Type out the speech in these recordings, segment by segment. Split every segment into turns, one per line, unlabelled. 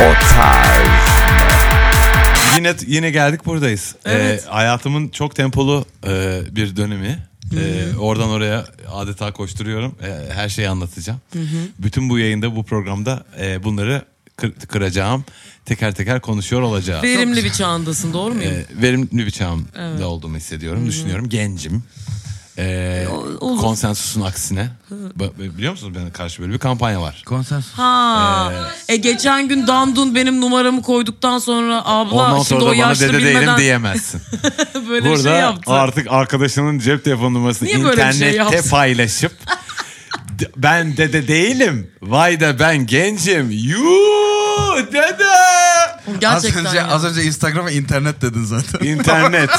O tarz.
Yine yine geldik buradayız.
Evet.
Ee, hayatımın çok tempolu e, bir dönemi. Ee, oradan oraya adeta koşturuyorum. Ee, her şeyi anlatacağım. Bütün bu yayında, bu programda e, bunları kır- kıracağım. Teker teker konuşuyor olacağım.
Verimli bir çağındasın doğru muyum?
Ee, verimli bir çağımda olduğumu hissediyorum, düşünüyorum. Gencim. Ee,
E, O- olur.
konsensusun aksine. Ba- Biliyor musunuz bana karşı böyle bir kampanya var.
Konsensus.
Ha. E geçen gün Dandun benim numaramı koyduktan sonra abla
Ondan
şimdi
sonra
o
da bana
yaşlı
dede değilim
bilmeden
diyemezsin.
böyle
Burada
şey yaptı.
artık arkadaşının cep telefon numarasını
Niye böyle bir şey
internette
yaptın?
paylaşıp "D- ben dede değilim. Vay da ben gencim. Yuu dede.
Gerçekten
az önce,
ya.
az önce Instagram'a internet dedin zaten.
İnternet,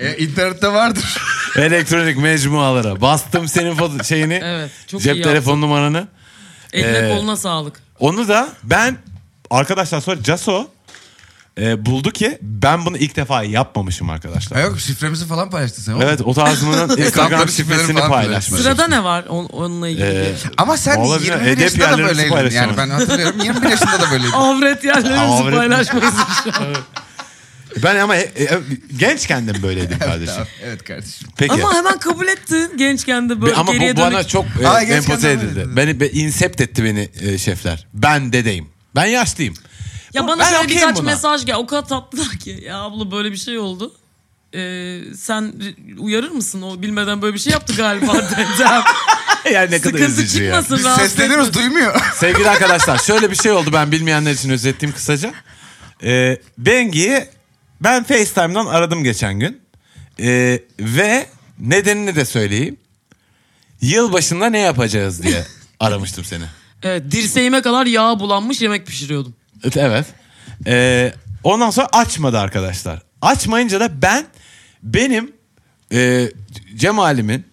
e, internette vardır.
elektronik mecmualara bastım senin foto şeyini.
Evet, çok iyi
cep
yaptın.
telefon numaranı.
Eline
Ee,
koluna sağlık.
Onu da ben arkadaşlar sonra Caso e, buldu ki ben bunu ilk defa yapmamışım
Ha
arkadaşlar.
yok şifremizi falan paylaştın sen. oğlum.
Evet o tarzımın Instagram
Hesapları, şifreleri
şifresini
falan
paylaşmış.
Sırada ne var on- onunla ilgili?
şey. Ee,
Ama sen
Olabilir,
21
edep
yaşında da
yerlerimizi
böyleydin. Yani
paylaşalım.
ben hatırlıyorum 21 yaşında da böyleydin.
Avret yerlerimizi
Avret-
paylaşmayız.
Ben ama e, e, gençken de böyleydim kardeşim.
Tamam, evet kardeşim.
Peki.
Ama hemen kabul ettin gençken de
Be-
böyle
ama
geriye
bu
dönük.
bana çok e,
Aa, gençken
empoze
de
edildi.
böyleydin.
Beni be, insept etti beni e, şefler. Ben dedeyim. Ben yaşlıyım.
Ya
Bu-
bana
ben
şöyle
okeyim
birkaç
buna.
mesaj gel. O kadar tatlılar ki. Ya abla böyle bir şey oldu. Ee, sen r- uyarır mısın? O bilmeden böyle bir şey yaptı galiba dedem.
yani ne kadar
Sıkıntı
üzücü ya.
çıkmasın.
Biz
rahatsız
sesleniyoruz
etme.
duymuyor.
Sevgili arkadaşlar şöyle bir şey oldu ben bilmeyenler için özetleyeyim kısaca. Ee, Bengi'yi ben FaceTime'dan aradım geçen gün. Ee, ve nedenini de söyleyeyim. Yılbaşında ne yapacağız diye aramıştım seni.
Evet, dirseğime kadar yağ bulanmış yemek pişiriyordum.
Evet, Evet. Ee, ondan sonra açmadı arkadaşlar. Açmayınca da ben benim e, Cemal'imin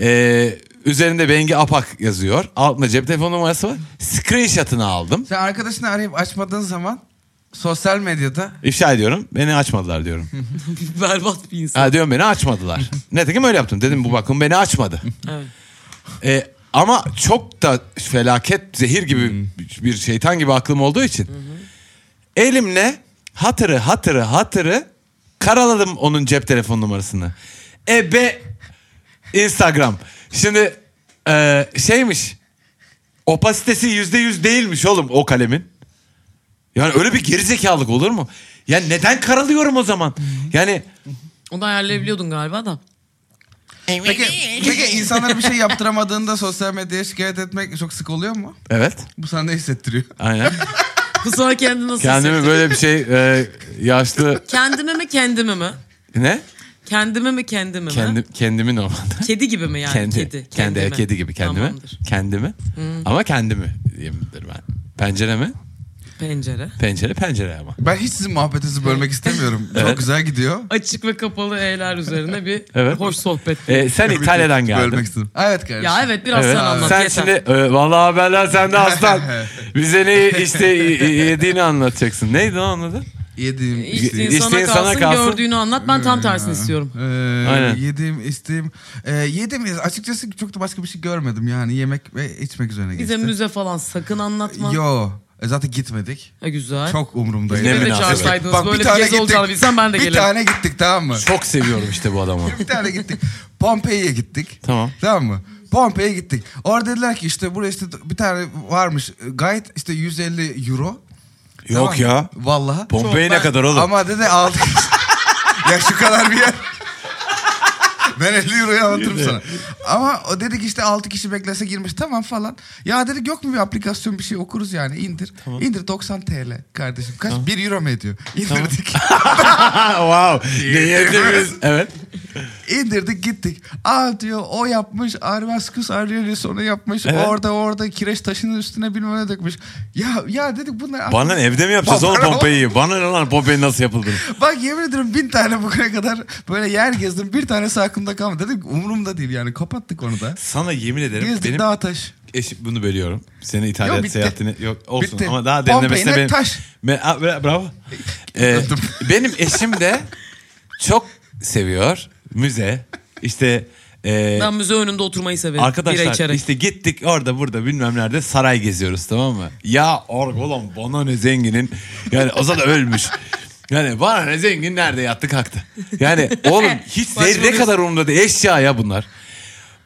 e, üzerinde Bengi Apak yazıyor. Altında cep telefon numarası var. Screenshot'ını aldım.
Sen arkadaşını arayıp açmadığın zaman sosyal medyada
İfşa ediyorum. Beni açmadılar diyorum.
Berbat bir insan.
ha diyorum beni açmadılar. Nitekim öyle yaptım. Dedim bu bakım beni açmadı.
Evet.
E, ama çok da felaket zehir gibi bir şeytan gibi aklım olduğu için elimle hatırı hatırı hatırı karaladım onun cep telefon numarasını. Ebe Instagram. Şimdi e, şeymiş opasitesi yüzde yüz değilmiş oğlum o kalemin. Yani öyle bir gerizekalılık olur mu? Ya neden karalıyorum o zaman? Yani
Onu ayarlayabiliyordun galiba da.
Peki, peki insanlara bir şey yaptıramadığında sosyal medyaya şikayet etmek çok sık oluyor mu?
evet
Bu sana ne hissettiriyor?
aynen.
Bu sonra kendini nasıl
Kendimi
hissettin?
böyle bir şey e, yaşlı
Kendime mi kendime mi?
ne?
Kendime mi kendime mi?
Kendim, kendimi normalde.
Kedi gibi mi yani?
kendi,
Kedi.
kendi, kedi,
kendime.
gibi kendimi.
Tamamdır.
Kendimi. Ama kendimi diyeyimdir ben. Pencere mi?
Pencere.
Pencere pencere ama.
Ben hiç sizin muhabbetinizi bölmek istemiyorum.
Evet.
Çok güzel gidiyor.
Açık ve kapalı E'ler üzerine bir
Evet.
hoş sohbet.
Ee, sen İtalya'dan geldin.
Bölmek istedim. Ha, Evet kardeşim.
ya evet biraz
Evet.
sen anlat
Sen
yeter.
şimdi e, vallahi haberler sende aslan. Bize ne işte y- y- yediğini anlatacaksın. Neydi o anladın?
Yediğim,
İçtiğin
İçtiğin
sana,
sana
kalsın,
kalsın.
gördüğünü anlat. Ben tam tersini istiyorum.
Ee,
Aynen.
Yediğim, içtiğim. Ee, yedim açıkçası çok da başka bir şey görmedim yani yemek ve içmek üzerine
Bize
geçti.
müze falan sakın anlatma.
Yo e, zaten gitmedik.
Ha, güzel.
Çok umurumdaydı.
Ne
Beni de
münasebet.
çağırsaydınız böyle bir, gezi olacağını bilsem ben de
bir
gelirim.
tane gittik tamam mı?
Çok seviyorum işte bu adamı.
bir tane gittik. Pompei'ye gittik.
Tamam.
Tamam mı? Pompei'ye gittik. Orada dediler ki işte buraya işte bir tane varmış. Gayet işte 150 euro.
Yok
Tamam
ya.
mı? Vallahi.
Pompei ne kadar oğlum?
Ama dedi aldık. ya şu kadar bir yer. Ben 50 euroya anlatırım sana. Ama o dedi ki işte 6 kişi beklese girmiş tamam falan. Ya dedi yok mu bir aplikasyon bir şey okuruz yani indir. İndir 90 TL kardeşim. Kaç? 1 euro mu ediyor? İndirdik.
wow. Ne yediğimiz- Evet.
İndirdik gittik. Aa diyor o yapmış Arvaskus Aurelius onu yapmış.
Evet.
Orada orada kireç taşının üstüne bilmem ne dökmüş. Ya ya dedik bunlar...
Bana ne, evde mi yapacağız oğlum Pompei'yi? Bana ne lan Pompei nasıl yapıldığını?
Bak yemin ediyorum bin tane bugüne kadar böyle yer gezdim. Bir tanesi aklımda kalmadı. Dedim ki, umurumda değil yani kapattık onu da.
Sana yemin ederim
Gezdik
benim
dağ taş.
Eşim bunu bölüyorum. Senin İtalya
Yok, bitti.
seyahatini yok olsun
Bitti.
ama daha derinlemesine
Pompei'ne
benim.
taş.
Me- a- bra- bravo. Ee,
Öptüm.
benim eşim de çok seviyor müze. İşte Ee,
Ben müze önünde oturmayı severim. Bira
Arkadaşlar
içerek.
işte gittik orada burada bilmem nerede saray geziyoruz tamam mı? Ya org oğlum bana ne zenginin. Yani o zaman ölmüş. Yani bana ne zengin nerede yattı kalktı. Yani oğlum hiç zerre
Başvuruyorsun.
kadar umurumda değil eşya ya bunlar.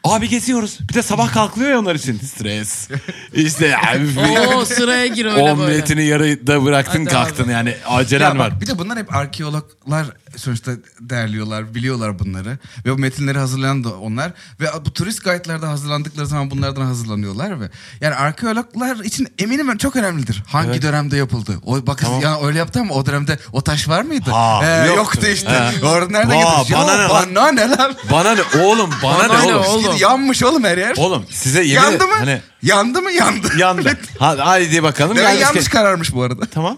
Abi geziyoruz. Bir de sabah kalkılıyor ya onlar için. Stres. İşte abi.
Oo sıraya gir öyle böyle.
Omletini yarıda bıraktın
Hadi
kalktın
abi.
yani
Ya
acelen
bak,
var.
Bir de bunlar hep arkeologlar sonuçta derliyorlar, biliyorlar bunları. Ve bu metinleri hazırlayan da onlar. Ve bu turist guide'larda hazırlandıkları zaman bunlardan hazırlanıyorlar ve yani arkeologlar için eminim çok önemlidir. Hangi dönemde yapıldı? O bak ya öyle yaptı ama o dönemde o taş var mıydı?
Ha,
Ee,
yoktu.
yoktu işte.
He.
Orada nereden
Vaa,
getirmiş?
bana
Bana,
ne
ne,
lan?
bana ne lan?
Bana ne oğlum bana,
Bana
ne
ne
oğlum.
oğlum?
Yanmış oğlum her yer.
Oğlum size yemin
yandı
ederim,
mı?
Hani,
Yandı mı? Yandı.
yandı. Hadi, hadi bakalım.
Demek
yalnız
yanlış
ki-
kararmış bu arada.
Tamam.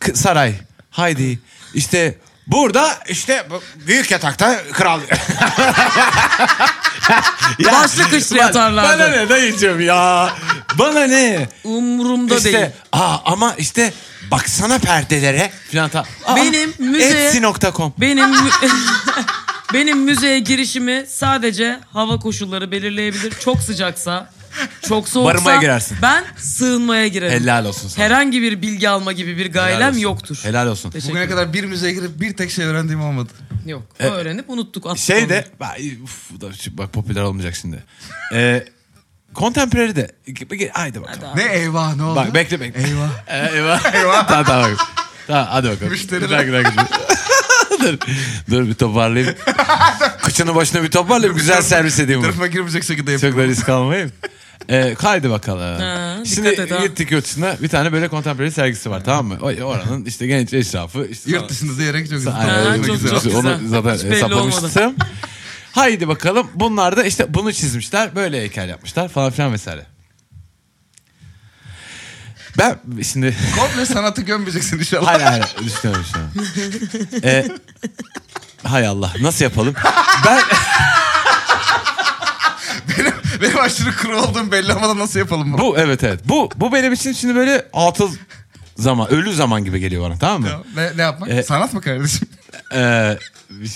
K- Saray. Haydi. İşte burada işte bu büyük yatakta kral. ya,
Başlı kışlı
Ba-
yatarlardı.
Bana ne dayıcım ya. Bana ne.
Umurumda
işte,
değil.
Aa, ama işte baksana perdelere filan. ta- Aa,
Benim müze-
Etsy.com.
Benim mü- benim müzeye girişimi sadece hava koşulları belirleyebilir. Çok sıcaksa, çok soğuksa
Barınmaya girersin.
ben sığınmaya girerim.
Helal olsun sana.
Herhangi bir bilgi alma gibi bir
Helal
gailem
olsun.
yoktur.
Helal olsun.
Teşekkür
Bugüne
ederim.
kadar bir müzeye girip bir tek şey öğrendiğim olmadı.
Yok. öğrenip unuttuk. attık
E, Şey
onu.
de Ay, uf, bu da şu- bak popüler olmayacak şimdi. Ee, Contemporary de. Haydi bakalım.
Hadi abi.
Ne eyvah ne oldu?
Bak bekle bekle.
Eyvah.
Ee, eyvah. tamam tamam. Tamam hadi bakalım.
Müşteriler.
Bir dakika, bir dakika. dur. Dur bir toparlayayım. Kıçını başına bir toparlayayım. Güzel servis edeyim. bunu.
Tarafa girmeyecek şekilde yapıyor.
Çok da risk almayayım. Ee, kaydı bakalım.
Ha,
Şimdi
dikkat et ha.
gittik yurt dışına. Bir tane böyle kontemporary sergisi var tamam mı? O- Oranın işte genç eşrafı. Işte
Yurt dışında diyerek çok güzel.
Aynen,
Ha,
Aynen,
öyle.
çok-
güzel.
çok güzel.
Onu zaten
Hiç belli
hesaplamıştım. Haydi bakalım. Bunlar da işte bunu çizmişler. Böyle heykel yapmışlar falan filan vesaire. Ben şimdi
Komple sanatı gömmeyeceksin inşallah.
Hayır hayır düşünüyorum şu an. Ee, hay Allah nasıl yapalım? Ben
Benim, benim aşırı kuru olduğum belli ama da nasıl yapalım bunu?
bu evet evet bu bu benim için şimdi böyle atıl zaman ölü zaman gibi geliyor bana tamam mı?
Ne, ne yapmak?
Ee,
Sanat mı kardeşim?
Ee,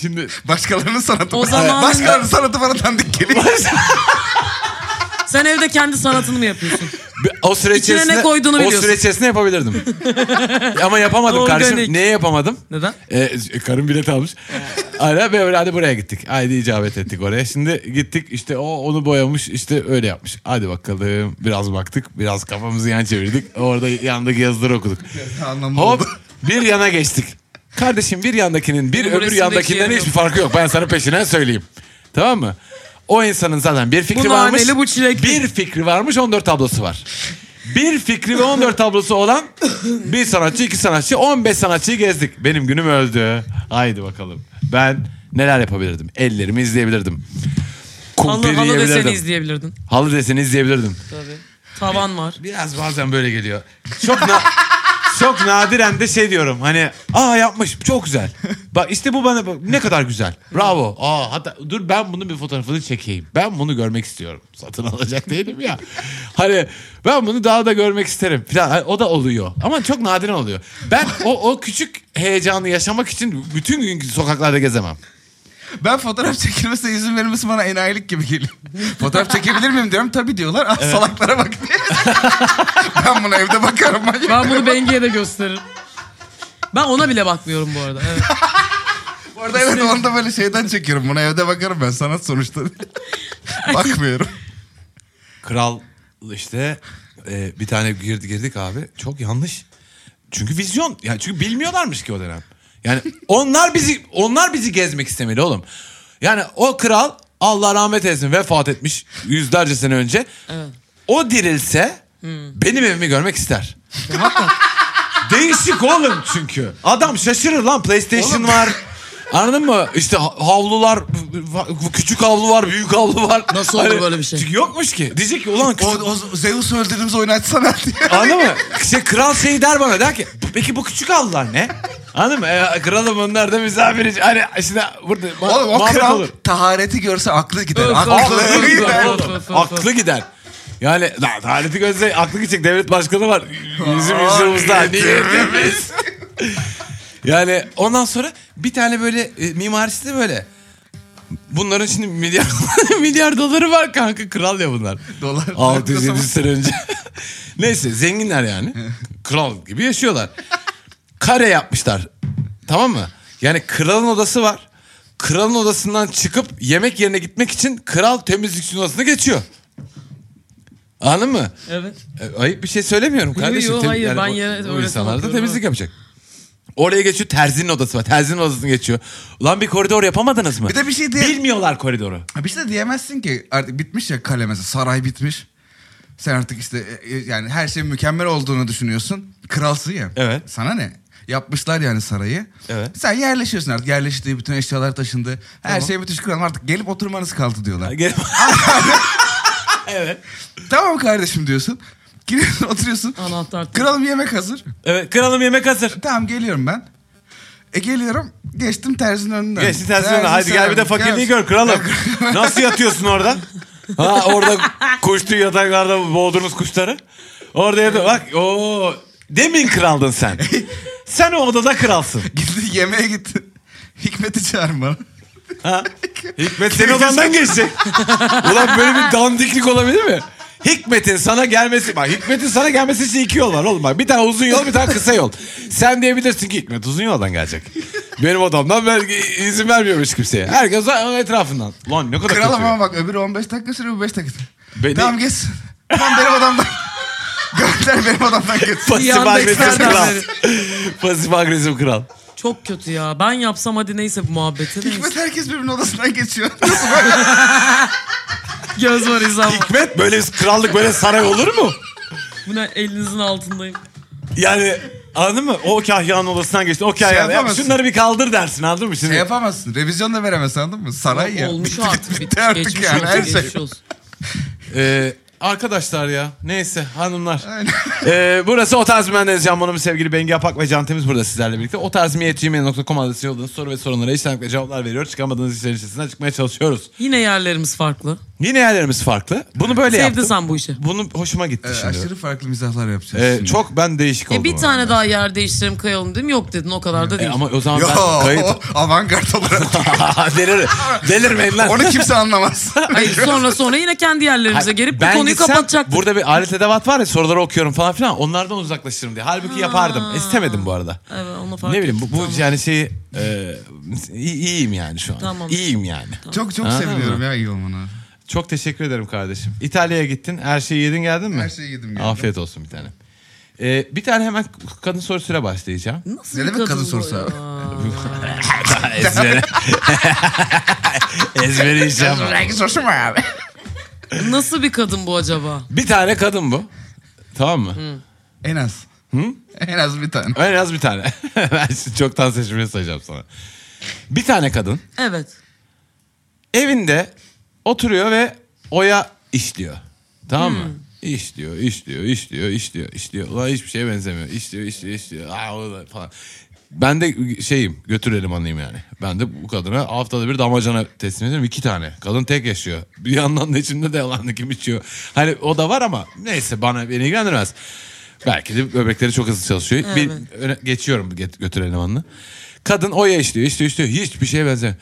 şimdi
Başkalarının sanatı.
O
mı?
zaman-
Başkalarının sanatı bana dandik geliyor.
Sen evde kendi sanatını mı yapıyorsun?
o süre
İçine ne
içerisinde
koyduğunu
o
biliyorsun.
süre içerisinde yapabilirdim. Ama yapamadım
Organik.
kardeşim. Neye yapamadım?
Neden?
Ee, karım bilet almış. Hala böyle hadi buraya gittik. Haydi icabet ettik oraya. Şimdi gittik işte o onu boyamış işte öyle yapmış. Hadi bakalım biraz baktık biraz kafamızı yan çevirdik. Orada yandaki yazıları okuduk.
Anlamlı
Hop
oldu.
bir yana geçtik. Kardeşim bir yandakinin bir
Bu
öbür
resimdeki
yandakinden
yer yok.
hiçbir farkı yok. Ben sana peşinen söyleyeyim. Tamam mı? O insanın zaten bir fikri
Bu
varmış.
naneli, bu çilekli.
Bir fikri varmış 14 tablosu var. Bir fikri ve 14 tablosu olan bir sanatçı, iki sanatçı, 15 sanatçıyı gezdik. Benim günüm öldü. Haydi bakalım. Ben neler yapabilirdim? Ellerimi izleyebilirdim.
Halı,
Kumpir
halı deseni
yiyebilirdim.
izleyebilirdin.
Halı deseni izleyebilirdim.
Tabii. Tavan var.
Biraz bazen böyle geliyor. Çok na- çok nadiren de şey diyorum hani aa yapmış çok güzel. Bak işte bu bana bak, ne kadar güzel. Bravo. Aa hatta dur ben bunun bir fotoğrafını çekeyim. Ben bunu görmek istiyorum. Satın alacak değilim ya. Hani ben bunu daha da görmek isterim falan. Hani o da oluyor. Ama çok nadiren oluyor. Ben o, o küçük heyecanı yaşamak için bütün gün sokaklarda gezemem.
Ben fotoğraf çekilmesine izin verilmesi bana enayilik gibi geliyor. fotoğraf çekebilir miyim diyorum. Tabii diyorlar. Ah, Salaklara bak diye. ben buna evde bakarım. manyak.
Ben bunu Bengi'ye de gösteririm. Ben ona bile bakmıyorum bu arada. Evet.
Bu arada evet onu da böyle şeyden çekiyorum. Buna evde bakarım ben. Sanat sonuçta. Bakmıyorum.
Kral işte e, bir tane girdi girdik abi. Çok yanlış. Çünkü vizyon yani çünkü bilmiyorlarmış ki o dönem. Yani onlar bizi onlar bizi gezmek istemeli oğlum. Yani o kral Allah rahmet eylesin vefat etmiş yüzlerce sene önce. O dirilse
Hmm.
benim evimi görmek ister. Değişik oğlum çünkü. Adam şaşırır lan PlayStation var. Anladın mı? İşte ha- havlular, küçük havlu var, büyük havlu var. Hani
Nasıl olur böyle bir şey?
Çünkü yokmuş ki. Diyecek ki ulan
O,
küçük...
o Zeus öldürdüğümüz oyunu açsana diye.
Anladın mı? İşte kral şey der bana der ki peki bu küçük avlular ne? Anladın mı? E, kralım onlar da misafir. Hani işte burada ma-
Oğlum o
muhabbet
kral
olur.
tahareti görse aklı gider.
Öf,
aklı
öf,
gider.
öf, öf.
Aklı gider. Yani la, tarifi gözle aklı gidecek devlet başkanı var. Bizim
Aa,
yüzümüzde.
niyetimiz.
yani ondan sonra bir tane böyle e, mimarisi de böyle. Bunların şimdi milyar milyar doları var kanka kral ya bunlar.
Dolar.
600 700 sene önce. Neyse zenginler yani. Kral gibi yaşıyorlar. Kare yapmışlar. Tamam mı? Yani kralın odası var. Kralın odasından çıkıp yemek yerine gitmek için kral temizlikçinin odasına geçiyor. Anladın mı?
Evet.
E, Ayıp bir şey söylemiyorum kardeşim.
yo,
Tem-
hayır, ben
o- bu
yine öyle
insanlar da
sanmıyorum,
temizlik
evet.
yapacak. Oraya geçiyor terzinin odası var. Terzinin odasını geçiyor. Ulan bir koridor yapamadınız mı?
Bir de bir şey diye...
Bilmiyorlar koridoru.
Ha, Bir şey de diyemezsin ki artık bitmiş ya kale mesela saray bitmiş. Sen artık işte e, e, yani her şey mükemmel olduğunu düşünüyorsun. Kralsın ya.
Evet.
Sana ne? Yapmışlar yani sarayı.
Evet.
Sen yerleşiyorsun artık. Yerleşti, bütün eşyalar taşındı. Her şey müthiş kralım artık gelip oturmanız kaldı diyorlar.
Gel- evet.
tamam kardeşim diyorsun. Giriyorsun oturuyorsun.
Anahtar.
Kralım yemek hazır.
Evet kralım yemek hazır.
Tamam geliyorum ben. E geliyorum. Geçtim terzinin önünden.
Geçti tersine
Terzi
haydi gel bir de
selam,
fakirliği
gel.
gör kralım. Nasıl yatıyorsun orada? Ha orada kuştu yataklarda boğdunuz kuşları. Orada yatıyor. Bak o demin kraldın sen. Sen o odada kralsın.
Gitti yemeğe gitti. Hikmet'i çağırın bana.
Ha? Hikmet senin odandan geçecek. Ulan böyle bir dandiklik olabilir mi? Hikmet'in sana gelmesi... Bak Hikmet'in sana gelmesi için iki yol var oğlum. Bak, bir tane uzun yol bir tane kısa yol. Sen diyebilirsin ki Hikmet uzun yoldan gelecek. Benim odamdan ben izin vermiyormuş kimseye. Herkes onun etrafından. Lan ne kadar
Kral
kötü.
ama bak öbürü 15 dakika sürüyor bu 5 dakika.
Beni-
Tamam geçsin. Tamam benim odamdan. Gönder benim odamdan geçsin.
Pasif
Yandex
agresif
nereden
kral.
verir?
Pasif agresif kral.
Çok kötü ya. Ben yapsam hadi neyse bu muhabbeti. de
Hikmet herkes birbirinin odasından geçiyor.
Göz var izan var.
Hikmet böyle krallık böyle saray olur mu?
Bu ne elinizin altındayım.
Yani anladın mı? O kahyanın odasından geçti. O kahyan. Ya
Şey yapamazsın.
şunları bir kaldır dersin anladın mı? Şimdi
Ne Şey yapamazsın. Revizyon da veremez anladın mı? Saray ya.
Olmuş
Bitti,
artık.
Bitti, bitti artık
Geçmiş
yani
olsun,
her şey.
geçmiş olsun.
Ee, arkadaşlar ya. Neyse hanımlar. Ee, burası O Tarz mı? Ben Deniz Can Bonomo, sevgili Bengi Apak ve Can Temiz burada sizlerle birlikte. O Tarz Miyetgmail.com adresi yolladığınız soru ve sorunlara içtenlikle cevaplar veriyor. Çıkamadığınız işlerin içerisinden çıkmaya çalışıyoruz.
Yine yerlerimiz farklı.
Yine yerlerimiz farklı. Bunu böyle
Sevdi
yaptım.
sen bu işi. E,
Bunu hoşuma gitti
Ee,
şimdi.
aşırı farklı mizahlar yapacağız.
Ee,
şimdi.
çok ben değişik oldum.
E bir
ama.
tane daha yer değiştirelim kayalım dedim. Yok dedin o kadar da
Ee,
değil.
ama o zaman
Yo,
ben kayıt...
avantgard olarak.
Delir, delirmeyin lan.
Onu kimse anlamaz.
Hayır sonra sonra yine kendi yerlerimize
Hayır,
gelip bu
ben
konuyu
gitsem,
kapatacaktık.
Burada bir alet edevat var ya soruları okuyorum falan filan. Onlardan uzaklaşırım diye. Halbuki yapardım. İstemedim bu arada.
Evet onu fark
ne bileyim bu,
ettim.
bu
Tamam.
yani şeyi e, iyi- iyiyim yani şu an.
Tamam.
İyiyim yani.
çok çok
Ha.
seviniyorum ya iyi olmana.
Çok teşekkür ederim kardeşim. İtalya'ya gittin. Her şeyi yedin geldin mi?
Her şeyi yedim, geldim.
Afiyet olsun bir tane. E, bir tane hemen kadın sorusuyla başlayacağım.
Nasıl
Ne
bir
demek kadın
bu
sorusu
ya?
abi?
Ezberi. Ezberi iş yapma.
Sosu mu abi?
Nasıl bir kadın bu acaba?
Bir tane kadın bu. Tamam mı?
En az. En az bir tane.
En az bir tane. ben şimdi çoktan seçmeye sayacağım sana. Bir tane kadın
Evet.
evinde oturuyor ve oya işliyor. Tamam mı? İşliyor, işliyor, işliyor, işliyor, işliyor. Ulan hiçbir şeye benzemiyor. İşliyor, işliyor, işliyor. Aa, o da falan. Ben de şeyim, götürelim anlayayım yani. Ben de bu kadına haftada bir damacana teslim ediyorum. iki tane. Kadın tek yaşıyor. Bir yandan da içimde de yalan kim içiyor. Hani o da var ama neyse bana beni ilgilendirmez. Belki de böbrekleri çok hızlı çalışıyor. Bir, öne- geçiyorum get- götür elemanını. Kadın oya işliyor, işliyor, işliyor. Hiçbir şeye benzemiyor.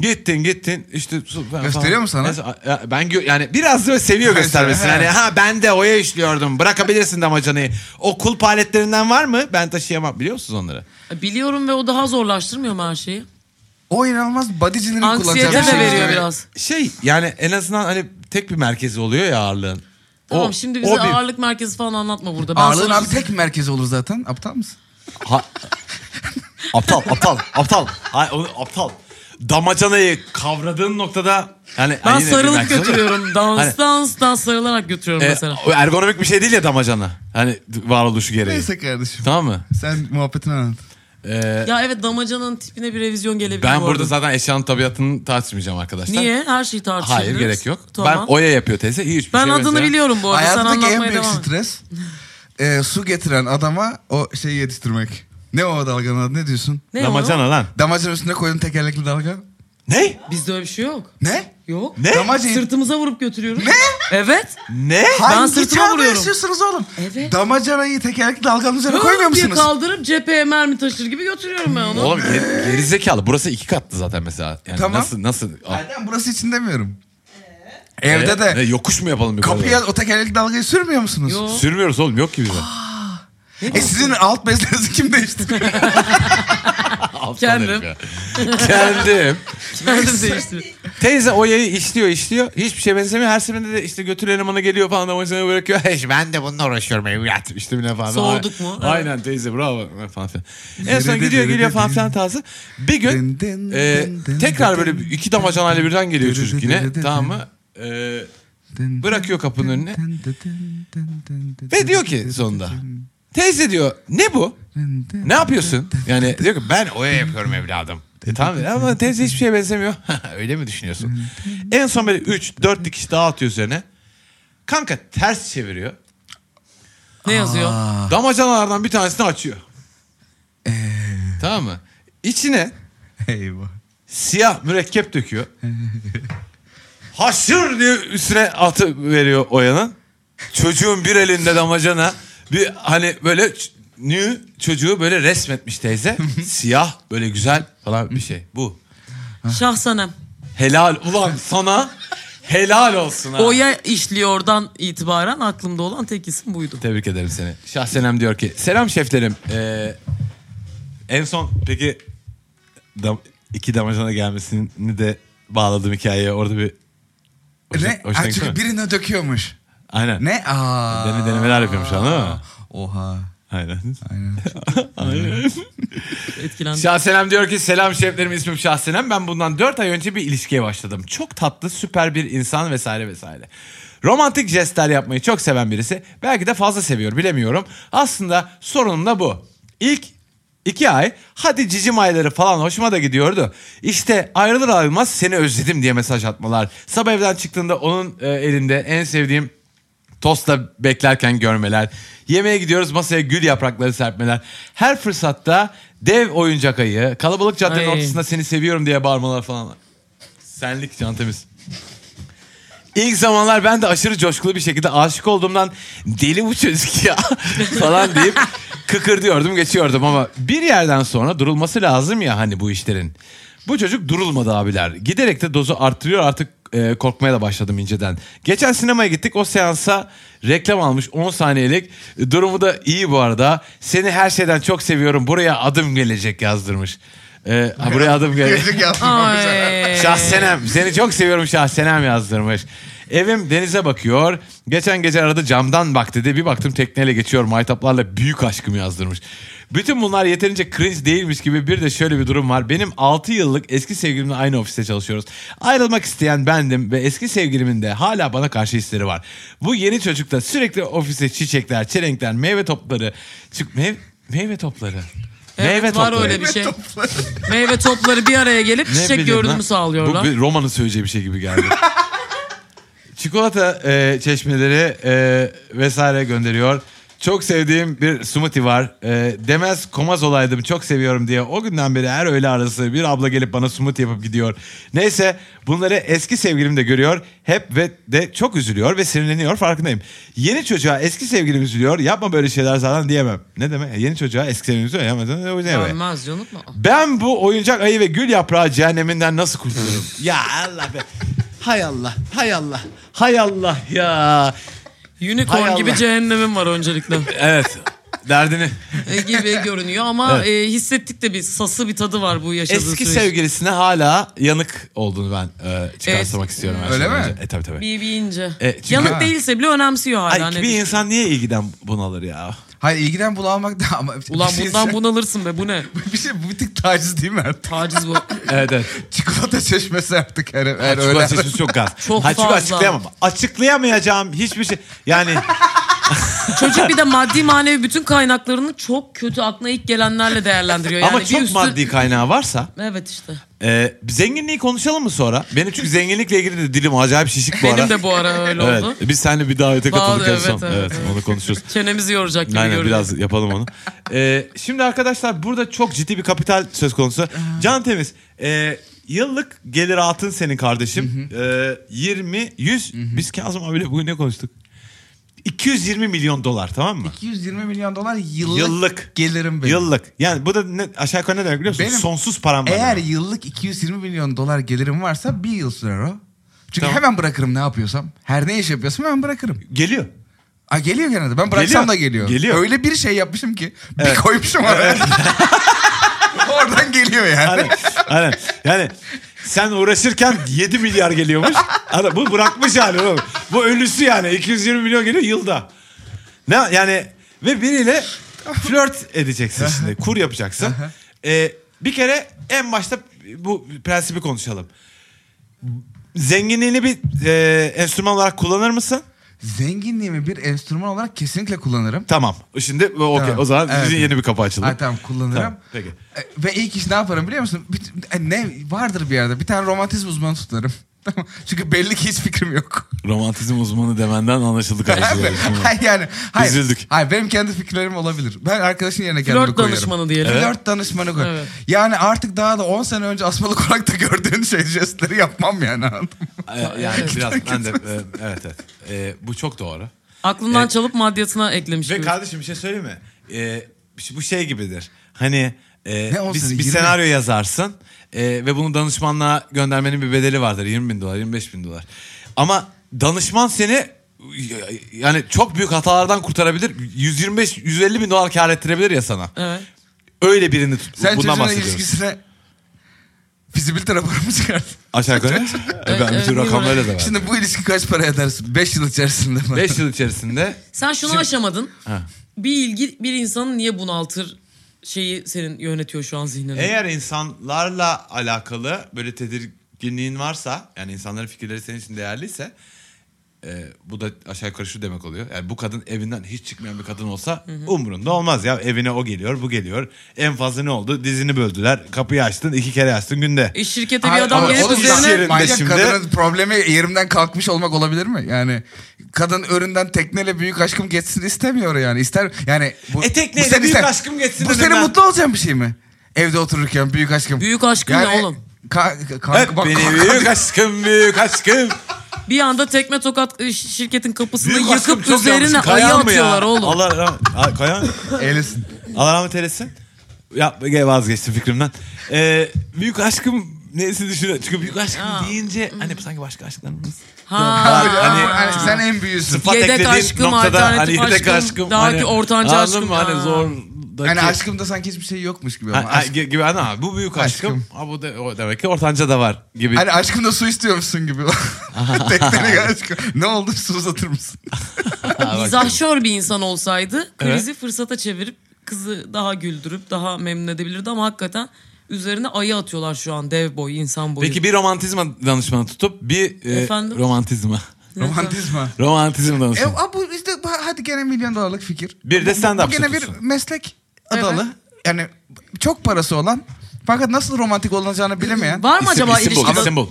Gittin gittin işte su- falan.
Gösteriyor mu sana?
Neyse, ya ben gö- yani biraz da seviyor göstermesini.
Mesela,
Hani ha ben de oya işliyordum. Bırakabilirsin damacanayı. O kulp paletlerinden var mı? Ben taşıyamam. Biliyor musunuz onları?
E, Biliyorum ve o daha zorlaştırmıyor mu her şeyi?
O inanılmaz bodycilerin kullanacağı
Anksiyete
bir
de
şey.
veriyor
Yani
biraz.
Şey yani en azından hani tek bir merkezi oluyor ya ağırlığın.
Tamam
O-
şimdi
o
bize
bir-
ağırlık merkezi falan anlatma burada. Ben
Ağırlığın
sana-
abi tek merkezi olur zaten. Aptal mısın?
Ha- aptal aptal aptal. Hayır, onu, aptal. Damacanayı kavradığın noktada yani
Ben
hani yine bir
sarılıp
merkezi oluyor.
götürüyorum. Dans
Hani-
dans dans sarılarak götürüyorum
E,
mesela.
o ergonomik bir şey değil ya damacana. Hani varoluşu gereği.
Neyse kardeşim.
Tamam mı?
Sen muhabbetini anlat.
Ee,
Ya evet damacanın tipine bir revizyon gelebilir.
ben
bu
burada
arada.
zaten eşyanın tabiatını tartışmayacağım arkadaşlar.
Niye? Her şeyi tartışabiliriz.
Hayır gerek yok.
Tamam.
Ben oya yapıyor teyze. İyi hiçbir
Ben
şey
adını
benzer.
biliyorum bu arada. Sen
Hayatındaki en
anlatmaya
büyük
devam et.
stres e, su getiren adama o şeyi yetiştirmek. Ne o dalganın adı ne diyorsun?
Ne o?
Damacana lan.
Damacanın üstüne koyduğun tekerlekli dalga.
Ne?
Bizde öyle bir şey yok.
Ne?
Yok.
Ne?
Damacıyı-
Sırtımıza vurup götürüyoruz.
Ne?
Evet.
Ne?
Hangi
sırtıma
çağda
vuruyorum.
yaşıyorsunuz oğlum?
Evet.
Damacanayı tekerlekli dalganın üzerine
Böyle
koymuyor
diye
musunuz?
kaldırıp cepheye mermi taşır gibi götürüyorum ben onu.
Oğlum geri, gerizekalı. Burası iki katlı zaten mesela. Yani
Tamam.
Nasıl nasıl? Aa,
Aynen burası için demiyorum. Evde
ne,
de
yokuş mu yapalım yukarıda?
kapıya o tekerlekli dalgayı sürmüyor musunuz?
Yok.
Sürmüyoruz oğlum yok ki bize.
E sizin alt bezlerinizi kim değiştiriyor?
Aptal
Kendim.
herif ya. Kendim.
Kendim değiştir.
Teyze o yayı işliyor işliyor. Hiçbir şey benzemiyor. Her seferinde de işte götür elemanı geliyor falan ama sana bırakıyor. Hiç ben de bununla uğraşıyorum evlat. İşte bir ne falan.
Soğuduk mu? Evet.
Aynen teyze bravo falan filan. En son
Dırı dırı
gidiyor
dırı
geliyor
dırı
falan
dırı.
filan tarzı. Bir gün
Dın dın
e,
dın dın
tekrar
dın
böyle
dın.
iki damacanayla birden geliyor
Dırı
çocuk
dırı
yine.
dırı dırı.
Tamam mı? E, bırakıyor kapının önüne. Ve diyor ki sonunda. Teyze diyor ne bu? Ne yapıyorsun? Yani diyor ki ben oya yapıyorum evladım. E tamam dedi ama teyze hiçbir şeye benzemiyor. Öyle mi düşünüyorsun? en son böyle 3-4 dikiş daha atıyor üzerine. Kanka ters çeviriyor.
Ne yazıyor?
Damacanalardan bir tanesini açıyor. tamam mı? İçine
Eyvah.
siyah mürekkep döküyor. Haşır diye üstüne atı veriyor Oya'nın. Çocuğun bir elinde damacana bir hani böyle ç- nü çocuğu böyle resmetmiş teyze. Siyah böyle güzel falan bir şey bu.
Şahsanem.
Helal ulan sana helal olsun ha.
Oya işliyor oradan itibaren aklımda olan tek isim buydu.
Tebrik ederim seni. Şahsenem diyor ki selam şeflerim. Ee, en son peki dam- iki damacana gelmesini de bağladım hikayeye. Orada bir Hoşuna-
Ne?
hoşuna
Ha,
gitti mi?
çünkü birine döküyormuş.
Aynen.
Ne? Aa.
Dene denemeler yapıyormuş anladın mı?
Oha.
Aynen.
Aynen.
Etkilendim.
Şahsenem diyor ki selam şeflerim ismim Şahsenem. Ben bundan 4 ay önce bir ilişkiye başladım. Çok tatlı süper bir insan vesaire vesaire. Romantik jestler yapmayı çok seven birisi. Belki de fazla seviyor bilemiyorum. Aslında sorunum da bu. İlk iki ay hadi cicim ayları falan hoşuma da gidiyordu. İşte ayrılır ayrılmaz seni özledim diye mesaj atmalar. Sabah evden çıktığında onun e, elinde en sevdiğim Tosta beklerken görmeler. Yemeğe gidiyoruz masaya gül yaprakları serpmeler. Her fırsatta dev oyuncak ayı, kalabalık caddenin
Ay.
ortasında seni seviyorum diye bağırmalar falan. Senlik can temiz. İlk zamanlar ben de aşırı coşkulu bir şekilde aşık olduğumdan deli bu çocuk ya falan deyip kıkırdıyordum geçiyordum ama bir yerden sonra durulması lazım ya hani bu işlerin. Bu çocuk durulmadı abiler. Giderek de dozu arttırıyor artık e, korkmaya da başladım inceden. Geçen sinemaya gittik o seansa reklam almış 10 saniyelik. Durumu da iyi bu arada. Seni her şeyden çok seviyorum buraya adım gelecek yazdırmış. E, ha, buraya adım gelecek.
Gözlük yapmamış.
Ay.
Şahsenem. Seni çok seviyorum Şahsenem yazdırmış. Evim denize bakıyor. Geçen gece arada camdan bak dedi. Bir baktım tekneyle geçiyor. Maytaplarla büyük aşkım yazdırmış. Bütün bunlar yeterince cringe değilmiş gibi bir de şöyle bir durum var. Benim 6 yıllık eski sevgilimle aynı ofiste çalışıyoruz. Ayrılmak isteyen bendim ve eski sevgilimin de hala bana karşı hisleri var. Bu yeni çocukta sürekli ofise çiçekler, çelenkler, meyve topları. Çık meyve, meyve topları.
Evet, var öyle bir şey. Meyve topları bir araya gelip
Ne
çiçek
bileyim
görünümü
lan.
sağlıyorlar.
Bu bir Roma'nın söyleyeceği bir şey gibi geldi. Çikolata e, çeşmeleri e, vesaire gönderiyor. Çok sevdiğim bir smoothie var. E, demez komaz olaydım çok seviyorum diye. O günden beri her öğle arası bir abla gelip bana smoothie yapıp gidiyor. Neyse bunları eski sevgilim de görüyor. Hep ve de çok üzülüyor ve sinirleniyor farkındayım. Yeni çocuğa eski sevgilim üzülüyor. Yapma böyle şeyler zaten diyemem. Ne demek? Yeni çocuğa eski sevgilim üzülüyor. Yapma böyle şeyler diyemem.
Olmaz canım. Aa.
Ben bu oyuncak ayı ve gül yaprağı cehenneminden nasıl kurtulurum? ya Allah be. Hay Allah, hay Allah, hay Allah ya. Hay
Unicorn
Allah.
gibi cehennemim var öncelikle.
Evet, derdini.
E, gibi görünüyor ama e, hissettik de bir sası bir tadı var bu yaşadığı
Eski
süreç.
sevgilisine hala yanık olduğunu ben e, çıkarsamak
Evet.
istiyorum. her
Öyle
şeyden
mi?
önce. E tabii tabii.
Bir, bir ince.
E, çünkü-
Ha.
Yanık değilse bile önemsiyor
Ay,
hala. ne
bir
bileyim.
insan niye ilgiden bunalır ya?
Hayır ilgiden bunu almak da ama...
Ulan
bir şey-
bundan bunalırsın be bu ne?
Bir şey bu bir tık taciz değil mi artık?
Taciz bu.
Evet evet.
Çikolata çeşmesi artık her, her
Her
öğlen.
çok gaz.
Çok
Hayır, çünkü
fazla.
açıklayamam. Açıklayamayacağım hiçbir şey. Yani
Çocuk bir de maddi manevi bütün kaynaklarını çok kötü aklına ilk gelenlerle değerlendiriyor. Yani
ama
bir
çok
üstü-
maddi kaynağı varsa
Evet işte.
Ee, zenginliği konuşalım mı sonra? Benim çünkü zenginlikle ilgili de dilim acayip şişik bu ara.
Benim de bu ara öyle
evet. E,
oldu.
Biz seninle bir davete
Bağlı,
katıldık en
evet,
son.
evet,
Evet,
evet.
onu konuşuruz.
Çenemizi yoracak gibi
Aynen
görünüyor.
biraz yapalım onu. Ee, şimdi arkadaşlar burada çok ciddi bir kapital söz konusu. Can Temiz, e, Yıllık gelir altın senin kardeşim. Ee, 20, 100. Biz Kazım abiyle bugün ne konuştuk? 220 milyon dolar tamam mı?
220 milyon dolar yıllık,
Yıllık.
gelirim benim.
Yıllık. Yani bu da ne, aşağı yukarı ne demek biliyor musun?
Benim-
Sonsuz param var.
Eğer
demek.
yıllık 220 milyon dolar gelirim varsa bir yıl sürer o. Çünkü
Tamam.
hemen bırakırım ne yapıyorsam. Her ne iş yapıyorsam hemen bırakırım.
Geliyor.
Aa, geliyor gene de. Ben bıraksam
Geliyor.
da geliyor.
Geliyor.
Öyle bir şey yapmışım ki. Bir koymuşum oraya. Oradan geliyor yani.
Aynen. Aynen. Yani sen uğraşırken 7 milyar geliyormuş. Ana bu bırakmış yani oğlum. Bu ölüsü yani. 220 milyon geliyor yılda. Ne yani ve biriyle flört edeceksin şimdi. Kur yapacaksın. Ee, bir kere en başta bu prensibi konuşalım. Zenginliğini bir e, enstrüman olarak kullanır mısın?
Zenginliğimi bir enstrüman olarak kesinlikle kullanırım.
Tamam. Şimdi o- okey.
Tamam.
O zaman
Evet.
bizim yeni bir kapı açıldı.
Ha, tamam kullanırım.
Tamam, peki.
E, Ve ilk iş ne yaparım biliyor musun? Bir- e, ne vardır bir yerde. Bir tane romantizm uzmanı tutarım. Tamam. Çünkü belli ki hiç fikrim yok.
Romantizm uzmanı demenden anlaşıldı
Abi, hayır yani hayır.
Üzüldük.
Hayır benim kendi fikirlerim olabilir. Ben arkadaşın yerine kendimi
Flört
koyuyorum.
danışmanı diyelim.
Evet. Flört danışmanı koy.
Evet.
Yani artık daha da 10 sene önce asmalı konakta gördüğün şey jestleri yapmam yani anladın mı?
Ee, yani biraz ben de e, evet evet. Ee, bu çok doğru.
Aklından
Evet.
çalıp maddiyatına eklemiş.
E, Ve
gibi.
kardeşim bir şey söyleyeyim mi? Ee, bu şey gibidir. Hani e,
Ne olsun,
biz- bir,
20?
senaryo yazarsın e, ve bunu danışmanlığa göndermenin bir bedeli vardır. 20 bin dolar, 25 bin dolar. Ama danışman seni yani çok büyük hatalardan kurtarabilir. 125, 150 bin dolar kar ettirebilir ya sana.
Evet.
Öyle birini tut, bundan
Sen çocuğun
bahsediyorum.
ilişkisine fizibilite raporu mu çıkardın?
Aşağı yukarı. E, ben bütün
Evet,
rakamları da verdim.
Şimdi bu ilişki kaç para eder? 5 yıl içerisinde mi?
5 yıl içerisinde
Sen şunu aşamadın.
Ha.
Bir ilgi bir insanı niye bunaltır şeyi senin yönetiyor şu an zihnini.
Eğer insanlarla alakalı böyle tedirginliğin varsa yani insanların fikirleri senin için değerliyse e, bu da aşağı yukarı şu demek oluyor. Yani bu kadın evinden hiç çıkmayan bir kadın olsa umurunda olmaz ya. Evine o geliyor bu geliyor. En fazla ne oldu? Dizini böldüler. Kapıyı açtın iki kere açtın günde.
E, şirkete bir
Hayır,
adam
ama
gelip
oğlum
üzerine-
bak,
üzerine
yerin-
manyak
şimdi-
kadının problemi yerimden kalkmış olmak olabilir mi? Yani kadın öründen tekneyle büyük aşkım geçsin istemiyor yani. İster yani bu,
E, tekneyle
senin-
büyük aşkım geçsin
Bu
dedim
senin
ben.
mutlu olacağın bir şey mi? Evde otururken büyük aşkım.
Büyük aşkım
Yani, e,
ne oğlum?
ka- ka- kanka
Hep
bak-
beni
kanka-
büyük aşkım büyük aşkım.
bir anda tekme tokat e, şi- şirketin kapısını
Büyük aşkım
yıkıp
çok
üzerine
yanlış.
ayı
Kayan mı ya?
atıyorlar oğlum.
Allah rah- Kayan.
Eylesin.
Allah rahmet eylesin. Ya gel vazgeçtim fikrimden. Ee, büyük aşkım neyse düşünüyorum. Çünkü büyük aşkım
Ya.
deyince hani sanki başka aşklarımız.
Ha.
Abi, hani-
Yani sen en büyüğüsün.
Sıfat
Yedek
eklediğin hani
aşkım, alternatif aşkım, daha ki ortanca
anladın
aşkım.
mı? Hani
Aa.
zordaki.
Yani Hani aşkımda sanki hiçbir şey yokmuş gibi
Ha,
ama.
ha,
aşk-
gibi ana bu büyük aşkım. Ha, bu da, o demek ki ortanca da var gibi.
Hani aşkımda su istiyormuşsun gibi. Teknene gel aşkım. Ne oldu su uzatır mısın?
Ha, bak.
Mizahşör bir insan olsaydı krizi fırsata çevirip kızı daha güldürüp daha memnun edebilirdi ama hakikaten üzerine ayı atıyorlar şu an dev boy insan boyu.
Peki bir romantizma danışmanı tutup bir e,
Efendim?
romantizma.
Romantizma.
Romantizm
E,
danışmanı.
a, bu işte bu- hadi gene milyon dolarlık fikir.
Bir de
Bu- bu-
stand-up
Bu gene bir
stüdyosu.
meslek adalı. Yani çok parası olan fakat nasıl romantik olacağını bilemeyen.
Var mı
İsim-
acaba
isim bul,
ilişkide?
isim bul.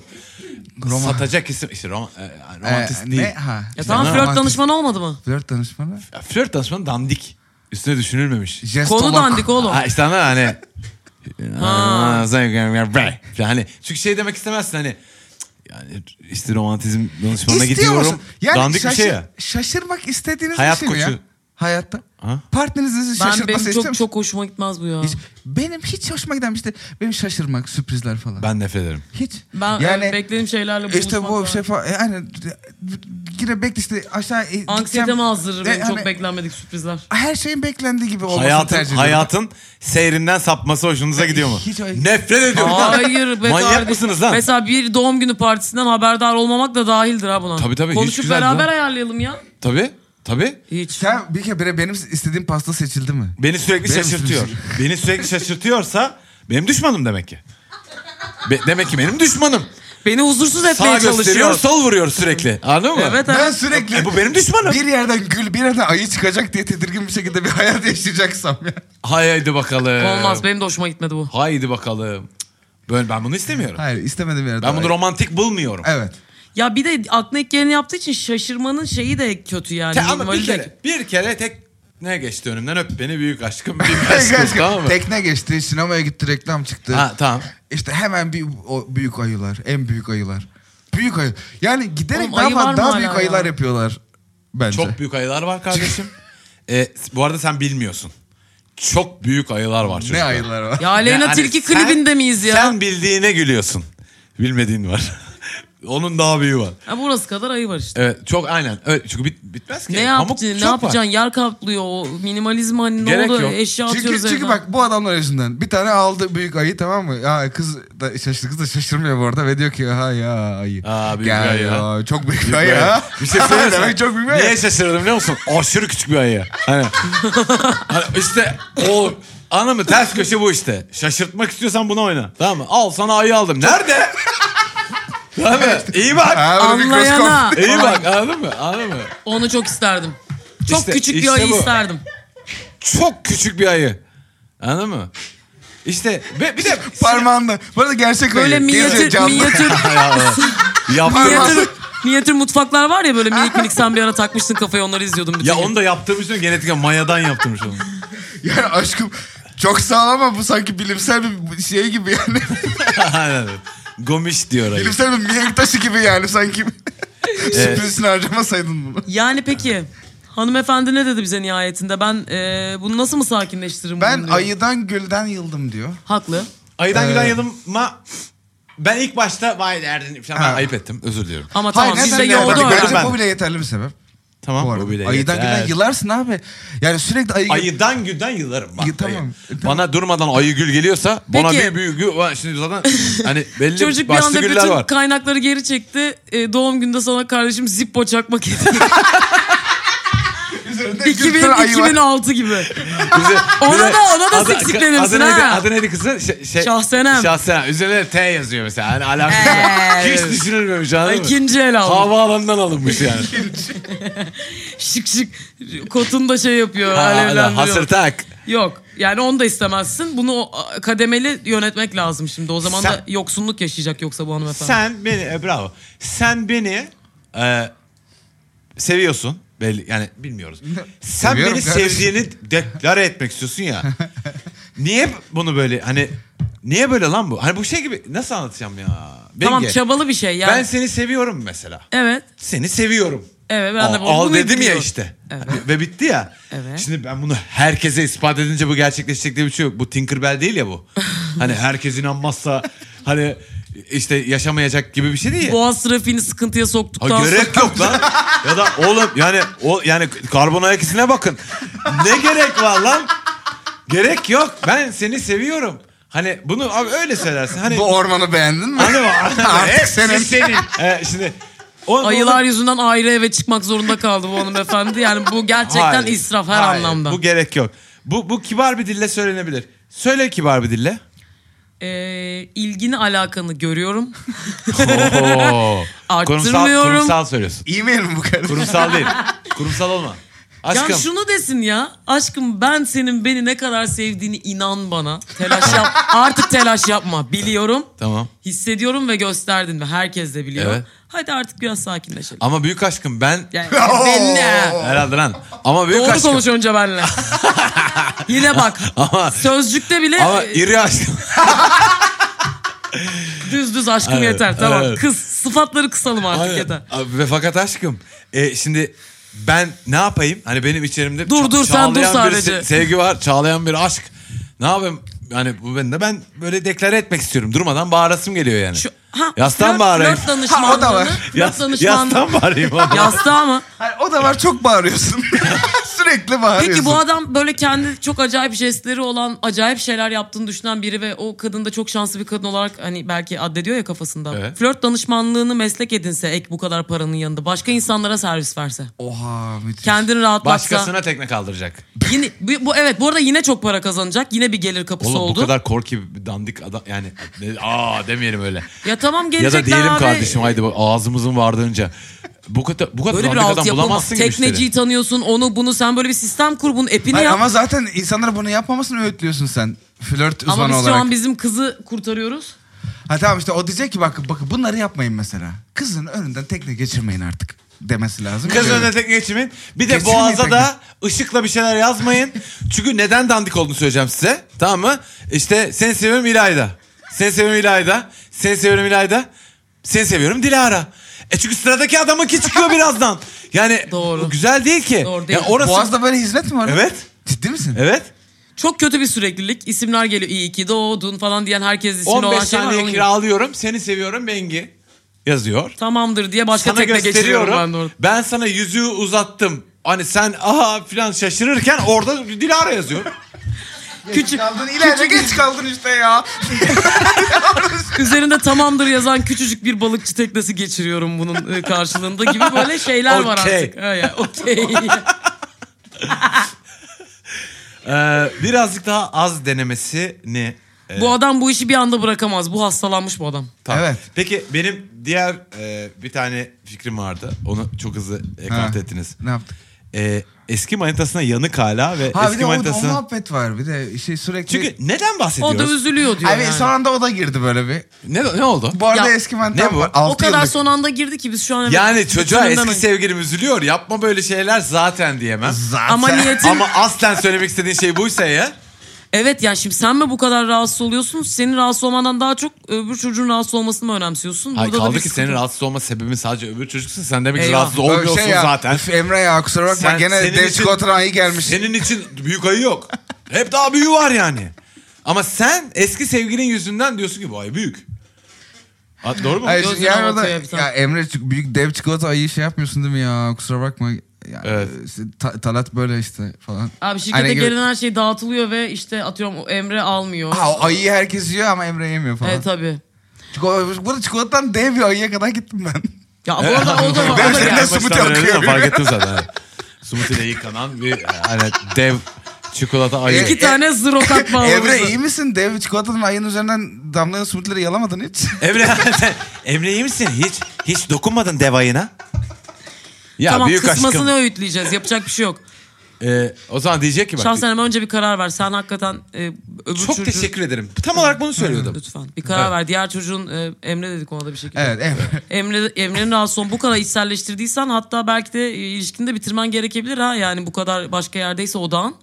Roma-
Satacak isim. İşte rom, e,
e,
romantist değil.
Ne? Ha.
Ya tamam
Sen-
flört
romantik-
danışmanı olmadı mı?
Flört danışmanı.
Ya Flört danışmanı dandik. Üstüne düşünülmemiş.
Jestolog.
Konu dandik oğlum.
Ha, işte anladın mı? hani. Aa, zay- bre. Yani çünkü şey demek istemezsin hani. cık, Yani işte romantizm danışmanına
İstiyor
gidiyorum.
musun? Yani
dandik bir
şaşır-
şey ya.
Şaşırmak istediğiniz
Hayat
bir şey mi ya?
koçu.
Hayatta.
Ha?
Partnerinizi
Ben benim
şaşırtması istiyor
çok
musun?
çok hoşuma gitmez bu ya.
Hiç- benim hiç hoşuma giden bir şey. Benim şaşırmak, sürprizler falan.
Ben nefret ederim.
Hiç.
Ben e, yani, beklediğim şeylerle buluşmak.
İşte bu
falan.
şey falan. E, aynen. Gire bekle işte aşağı. e,
Anksiyetemi
gideceğim.
azdırır benim
E,
çok
hani
beklenmedik sürprizler.
Her şeyin beklendiği gibi olmasını
Hayatın,
tercih ediyorum.
hayatın seyrinden sapması hoşunuza gidiyor mu?
hiç öyle-
Nefret ediyorum.
Hayır be
Manyak
kardeş.
mısınız lan?
Mesela bir doğum günü partisinden haberdar olmamak da dahildir ha buna.
Tabii, tabii, hiç
Konuşup
güzel
beraber
lan.
ayarlayalım ya.
Tabii. Tabii.
Hiç.
Sen bir kere benim istediğim pasta seçildi mi?
Beni sürekli
Benim
şaşırtıyor. beni sürekli şaşırtıyorsa benim düşmanım demek ki. Be- demek ki benim düşmanım.
Beni huzursuz
Sağ
etmeye
gösteriyor,
çalışıyor.
sol vuruyor sürekli. Anladın mı?
Evet
Ben
evet.
sürekli
E, bu benim düşmanım.
bir yerden gül bir yerden ayı çıkacak diye tedirgin bir şekilde bir hayat yaşayacaksam ya.
Hay haydi bakalım.
Olmaz benim de hoşuma gitmedi bu.
Haydi bakalım. Böyle ben bunu istemiyorum.
Hayır istemedim bir yerden.
Ben bunu
ayı.
romantik bulmuyorum.
Evet.
Ya bir de aklına ilk geleni yaptığı için şaşırmanın şeyi de kötü yani.
Te- ama bir
minimali de-
kere, bir kere tek ne geçti önümden öp beni büyük aşkım büyük
Aşkım,
aşkım tamam mı?
Tekne geçti, sinemaya gitti, reklam çıktı.
Ha tamam.
İşte hemen bir o büyük ayılar, en büyük ayılar. Büyük ayı. Yani giderek
Oğlum,
daha
ayı
fazla-
var mı
daha
hala
büyük
ya?
ayılar yapıyorlar bence.
Çok büyük ayılar var kardeşim. E, bu arada sen bilmiyorsun. Çok büyük ayılar var çocuklar.
ne ayılar var?
Ya Leyla
Yani
Tilki
hani sen-
klibinde miyiz ya?
Sen bildiğine gülüyorsun. Bilmediğin var. Onun daha büyüğü var.
Ha, burası kadar ayı var işte.
Evet çok aynen. Öyle, çünkü bit, bitmez ki.
Ne
Pamuk
yapacaksın? Ne
çok var.
yapacaksın? Yer kaplıyor o minimalizm hani ne
Gerek
oldu?
yok.
Eşya
Çünkü,
atıyoruz
çünkü
evden.
bak bu adamlar yüzünden. Bir tane aldı büyük ayı tamam mı? Ya kız da şaşırdı. Kız da şaşırmıyor bu arada ve diyor ki ha ya ayı.
Aa, büyük
Gel
ayı
ya,
ha."
Çok büyük,
Büyük
ayı
ayı.
ha.
Bir şey söyleyeyim mi sana?
Demek çok büyük bir
Neye
ayı.
şaşırdım biliyor musun? Aşırı küçük bir ayı. Hani, hani işte o anı mı ters köşe bu işte. Şaşırtmak istiyorsan bunu oyna. Tamam mı? Al sana ayı aldım. Nerede? Tamam mı? İyi bak.
Ha, böyle mikroskop.
Anlayana.
İyi bak anladın mı? Anladın mı?
Onu çok isterdim. Çok
İşte-
küçük
işte
bir ayı
bu.
isterdim.
Çok küçük bir ayı. Anladın mı? İşte ve bir de
Parmağında. Bu arada gerçek
Böyle
ayı. Geziyor
minyatür,
camda.
minyatür,
yaptım.
minyatür, minyatür mutfaklar var ya böyle minik minik sen bir ara takmıştın kafayı onları izliyordum. Bütün
ya
gün.
onu da yaptığım için genetik mayadan yaptırmış onu.
Yani aşkım çok sağlam ama bu sanki bilimsel bir şey gibi yani.
Aynen. Gomiş diyor ayı.
bilimsel bir mihenk taşı gibi yani sanki. Sürprizini harcamasaydın bunu.
Yani peki hanımefendi ne dedi bize nihayetinde? Ben e, bunu nasıl mı sakinleştiririm?
Ben
bunu diyor.
ayıdan gülden yıldım diyor.
Haklı.
Ayıdan
Ee,
gülen yanıma ben ilk başta vay derdin falan ben
Ha.
ayıp ettim. Özür diliyorum.
Ama
Hayır
tamam biz de
neden yani?
yolda
Bak,
öğrendik.
Bence
Ben-
bu bile yeterli bir sebep.
Tamam.
Bu arada.
bu bile
ayıdan
yeter.
gülen yılarsın abi. Yani sürekli ayı...
Ayıdan güden yıllarım bak.
Ya, tamam.
ayı.
E, tamam.
Bana durmadan ayı gül geliyorsa bana
Peki.
bir büyük gül var. Şimdi zaten hani belli
Çocuk bir
başlı
anda
güller
bütün
var.
kaynakları geri çekti. E, doğum günde sana kardeşim zippo çakmak hediye.
Üzerinde bir sürü
2000,
ayı var.
2006 gibi.
Bize-
Ona
bize-
da- ona da
adı-
siksiklenirsin
adı neydi-
ha.
Adı neydi kızın? Şey, şey,
Şahsenem.
Şahsenem. Üzerine T yazıyor mesela. Hani alakası yok.
Eee.
Hiç düşünülmemiş anladın mı?
İkinci el aldım.
Havaalanından alınmış yani.
Şık şık. Kotun da şey yapıyor.
Ha,
alevlendiriyor.
Hasır tak.
Yok. Yani onu da istemezsin. Bunu o- a- kademeli yönetmek lazım şimdi. O zaman da
Sen-
yoksunluk yaşayacak yoksa bu hanımefendi.
Sen beni e, bravo. Sen beni e, seviyorsun. Belli yani bilmiyoruz. Sen
Seviyorum
beni
kardeşim.
sevdiğini deklare etmek istiyorsun ya. niye bunu böyle hani niye böyle lan bu? Hani bu şey gibi nasıl anlatacağım ya?
Tamam
Benge,
çabalı bir şey yani.
Ben seni seviyorum mesela.
Evet.
Seni seviyorum.
Evet ben de
al, al
bunu
dedim ya
biliyorum.
işte.
Evet.
Ve bitti ya.
Evet.
Şimdi ben bunu herkese ispat edince bu gerçekleşecek diye bir şey yok. Bu Tinkerbell değil ya bu. hani herkes inanmazsa hani işte yaşamayacak gibi bir şey değil ya.
Boğaz trafiğini sıkıntıya soktuktan
Ha,
sonra.
gerek yok lan. ya da oğlum yani o yani karbon ayak izine bakın. Ne gerek var lan? Gerek yok. Ben seni seviyorum. Hani bunu abi öyle söylersin. Hani
Bu ormanı beğendin mi?
hani
Artık
hepsi
senin.
Ee, şimdi o-
Ayılar yüzünden ayrı eve çıkmak zorunda kaldı bu hanımefendi. Yani bu gerçekten
Hayır,
israf her
hayır,
anlamda.
Bu gerek yok. Bu bu kibar bir dille söylenebilir. Söyle kibar bir dille.
Ee, ilgini alakanı görüyorum.
Oo. kurumsal,
Arttırmıyorum.
kurumsal söylüyorsun.
E-mail mi bu kadar?
Kurumsal değil. Kurumsal olma. Aşkım.
Yani şunu desin ya. Aşkım ben senin beni ne kadar sevdiğini inan bana. Telaş yap. Artık telaş yapma. Biliyorum.
Tamam.
Hissediyorum ve gösterdin ve herkes de biliyor.
Evet.
Hadi artık biraz sakinleşelim.
Ama büyük aşkım ben
Yani belli ha.
herhalde lan. Ama büyük
Doğru
aşkım.
konuş önce benimle. Yine bak.
Ama
Sözcükte bile e,
ama iri aşkım.
düz düz aşkım
Evet,
yeter. Tamam.
evet.
Kız sıfatları kısalım artık
Aynen.
yeter.
Abi, ve fakat aşkım e, şimdi ben ne yapayım? Hani benim içerimde
Dur, dur, sen dur
çağlayan bir
sadece.
se- sevgi var, çağlayan bir aşk. Ne yapayım? Yani bu bende ben böyle deklare etmek istiyorum. Durmadan bağırasım geliyor yani.
Şu, ha,
Yastan
flört-
bağırayım.
Flört danışmanlığını.
Ha, o da var.
Flört danışmanlığı.
yastan bağırayım. ama.
Yastığa mı?
Hayır, o da var çok bağırıyorsun. Sürekli bağırıyorsun.
Peki bu adam böyle kendi çok acayip jestleri olan, acayip şeyler yaptığını düşünen biri ve o kadın da çok şanslı bir kadın olarak hani belki addediyor ya kafasında.
Evet.
Flört danışmanlığını meslek edinse ek bu kadar paranın yanında başka insanlara servis verse.
Oha müthiş.
Kendini rahatlatsa.
Başkasına tekne kaldıracak.
Yine bu, bu evet bu arada yine çok para kazanacak. Yine bir gelir kapısı
Oğlum
oldu.
bu kadar korki bir dandik adam yani ne- aa demeyelim öyle.
Ya tamam
ya
gelecekler
da diyelim
abi.
kardeşim haydi bak, ağzımızın vardığınca. Bu kadar bu kadar
Böyle bir
dandik adam
altyapı mı?
bulamazsın şey. ki müşteri.
Tekneciyi tanıyorsun onu bunu sen böyle bir sistem kur bunun epini
Hayır,
yap.
ama zaten insanlara bunu yapmamasını öğütlüyorsun sen. Flört uzmanı
Ama biz
olarak.
şu an bizim kızı kurtarıyoruz.
Ha tamam işte o diyecek ki bak bakın bunları yapmayın mesela. Kızın önünden tekne geçirmeyin artık demesi lazım.
Kız
Biliyorum.
önüne tekne geçimin. Bir de
Geçirmeyin
boğaza
tekne.
da ışıkla bir şeyler yazmayın. Çünkü neden dandik olduğunu söyleyeceğim size. Tamam mı? İşte seni seviyorum İlayda. Seni seviyorum İlayda. Seni seviyorum İlayda. Seni seviyorum Dilara. E çünkü sıradaki adamınki çıkıyor birazdan. Yani
Doğru.
bu güzel değil ki.
Doğru değil.
Yani orası...
Boğaz'da böyle hizmet mi var?
Evet.
Ciddi misin?
Evet.
Çok kötü bir süreklilik. İsimler geliyor. İyi ki doğdun falan diyen herkes ismini olan
15
şey var.
saniye
onun-
kiralıyorum. Seni seviyorum Bengi. Yazıyor.
Tamamdır diye başka
Sana
tekne geçiriyorum
gösteriyorum.
ben
Ben,
de orada.
sana yüzüğü uzattım. Hani sen aha filan şaşırırken orada Dilara yazıyor.
Küçük,
Kaldın ileride geç kaldın işte ya.
üzerinde tamamdır yazan küçücük bir balıkçı teknesi geçiriyorum bunun e, karşılığında gibi böyle şeyler var
Okey.
artık. Ha ya, Okey.
Ee, birazcık daha az denemesini
bu adam bu işi bir anda bırakamaz. Bu hastalanmış bu adam.
Tamam.
Evet.
Peki benim diğer e, bir tane fikrim vardı. Onu çok hızlı ekart
Ha.
ettiniz.
ne yaptık?
E, eski manitasına yanık hala ve
Ha bir
eski
de o, o
manitasına...
muhabbet var bir de şey sürekli.
Çünkü neden
O da
bahsediyoruz?
üzülüyor diyor
Abi
yani.
son anda o da girdi böyle bir.
Ne, ne oldu?
Bu arada
Ya,
eski mantan
ne bu?
var.
O
O
altı
kadar
yıllık.
son anda girdi ki biz şu an...
Yani çocuğa
Bütününden
eski
oyun-
sevgilim üzülüyor. Yapma böyle şeyler zaten diyemem.
Zaten.
Ama niyetin...
Ama aslen söylemek istediğin şey buysa ya.
Evet ya şimdi sen mi bu kadar rahatsız oluyorsun? Senin rahatsız olmandan daha çok öbür çocuğun rahatsız olmasını mı önemsiyorsun?
Hayır
Burada da
kaldı
bir
ki
sıkıntı
senin
var.
rahatsız olma sebebin sadece öbür çocuksun. Sen demek ki
Eyvah.
rahatsız
Böyle
olmuyorsun
şey ya,
zaten.
üf Emre ya kusura bakma
Sen-
gene
senin
dev
için-
çikolatadan iyi gelmiş.
Senin için büyük ayı yok. Hep daha büyüğü var yani. Ama sen eski sevgilin yüzünden diyorsun ki bu ay büyük. Ha, doğru mu?
Hayır,
Gözünü
ya,
amatıyor
orada,
bir tane.
ya Emre çi- büyük dev çikolata ayı şey yapmıyorsun değil mi ya kusura bakma. Ya,
Evet.
e, Ta- Talat böyle işte falan.
Abi şirkete
Hani gibi-
gelen her şey dağıtılıyor ve işte atıyorum o Emre almıyor.
Ha, o ayıyı herkes yiyor ama Emre yemiyor falan.
Evet tabii.
Çikolata, burada çikolatadan dev bir ayıya kadar gittim ben.
Ya bu arada o da var.
Ben
o da
seninle
geldi.
smoothie
Baştan beri
akıyor.
de Fark ettim zaten. Smoothie ile yıkanan bir hani dev çikolata ayı.
İki tane zıro katma
Emre iyi
alırız.
misin? Dev çikolatanın ayının üzerinden damlayan smoothie'leri yalamadın hiç.
Emre, Emre iyi misin? Hiç hiç dokunmadın dev ayına. Ya
Tamam
büyük
kısmasını
aşkım.
öğütleyeceğiz. Yapacak bir şey yok.
Ee, o zaman diyecek ki bak.
Şahsen ama önce bir karar ver. Sen hakikaten e, öbür
çok
çocuğun-
teşekkür ederim. Tam olarak bunu söylüyordum.
Lütfen bir karar
Evet.
ver. Diğer çocuğun e, Emre dedik ona da bir şekilde.
evet Emre.
Emre Emre'nin rahatsız olduğunu bu kadar içselleştirdiysen hatta belki de e, ilişkini de bitirmen gerekebilir ha. Yani bu kadar başka yerdeyse odağın.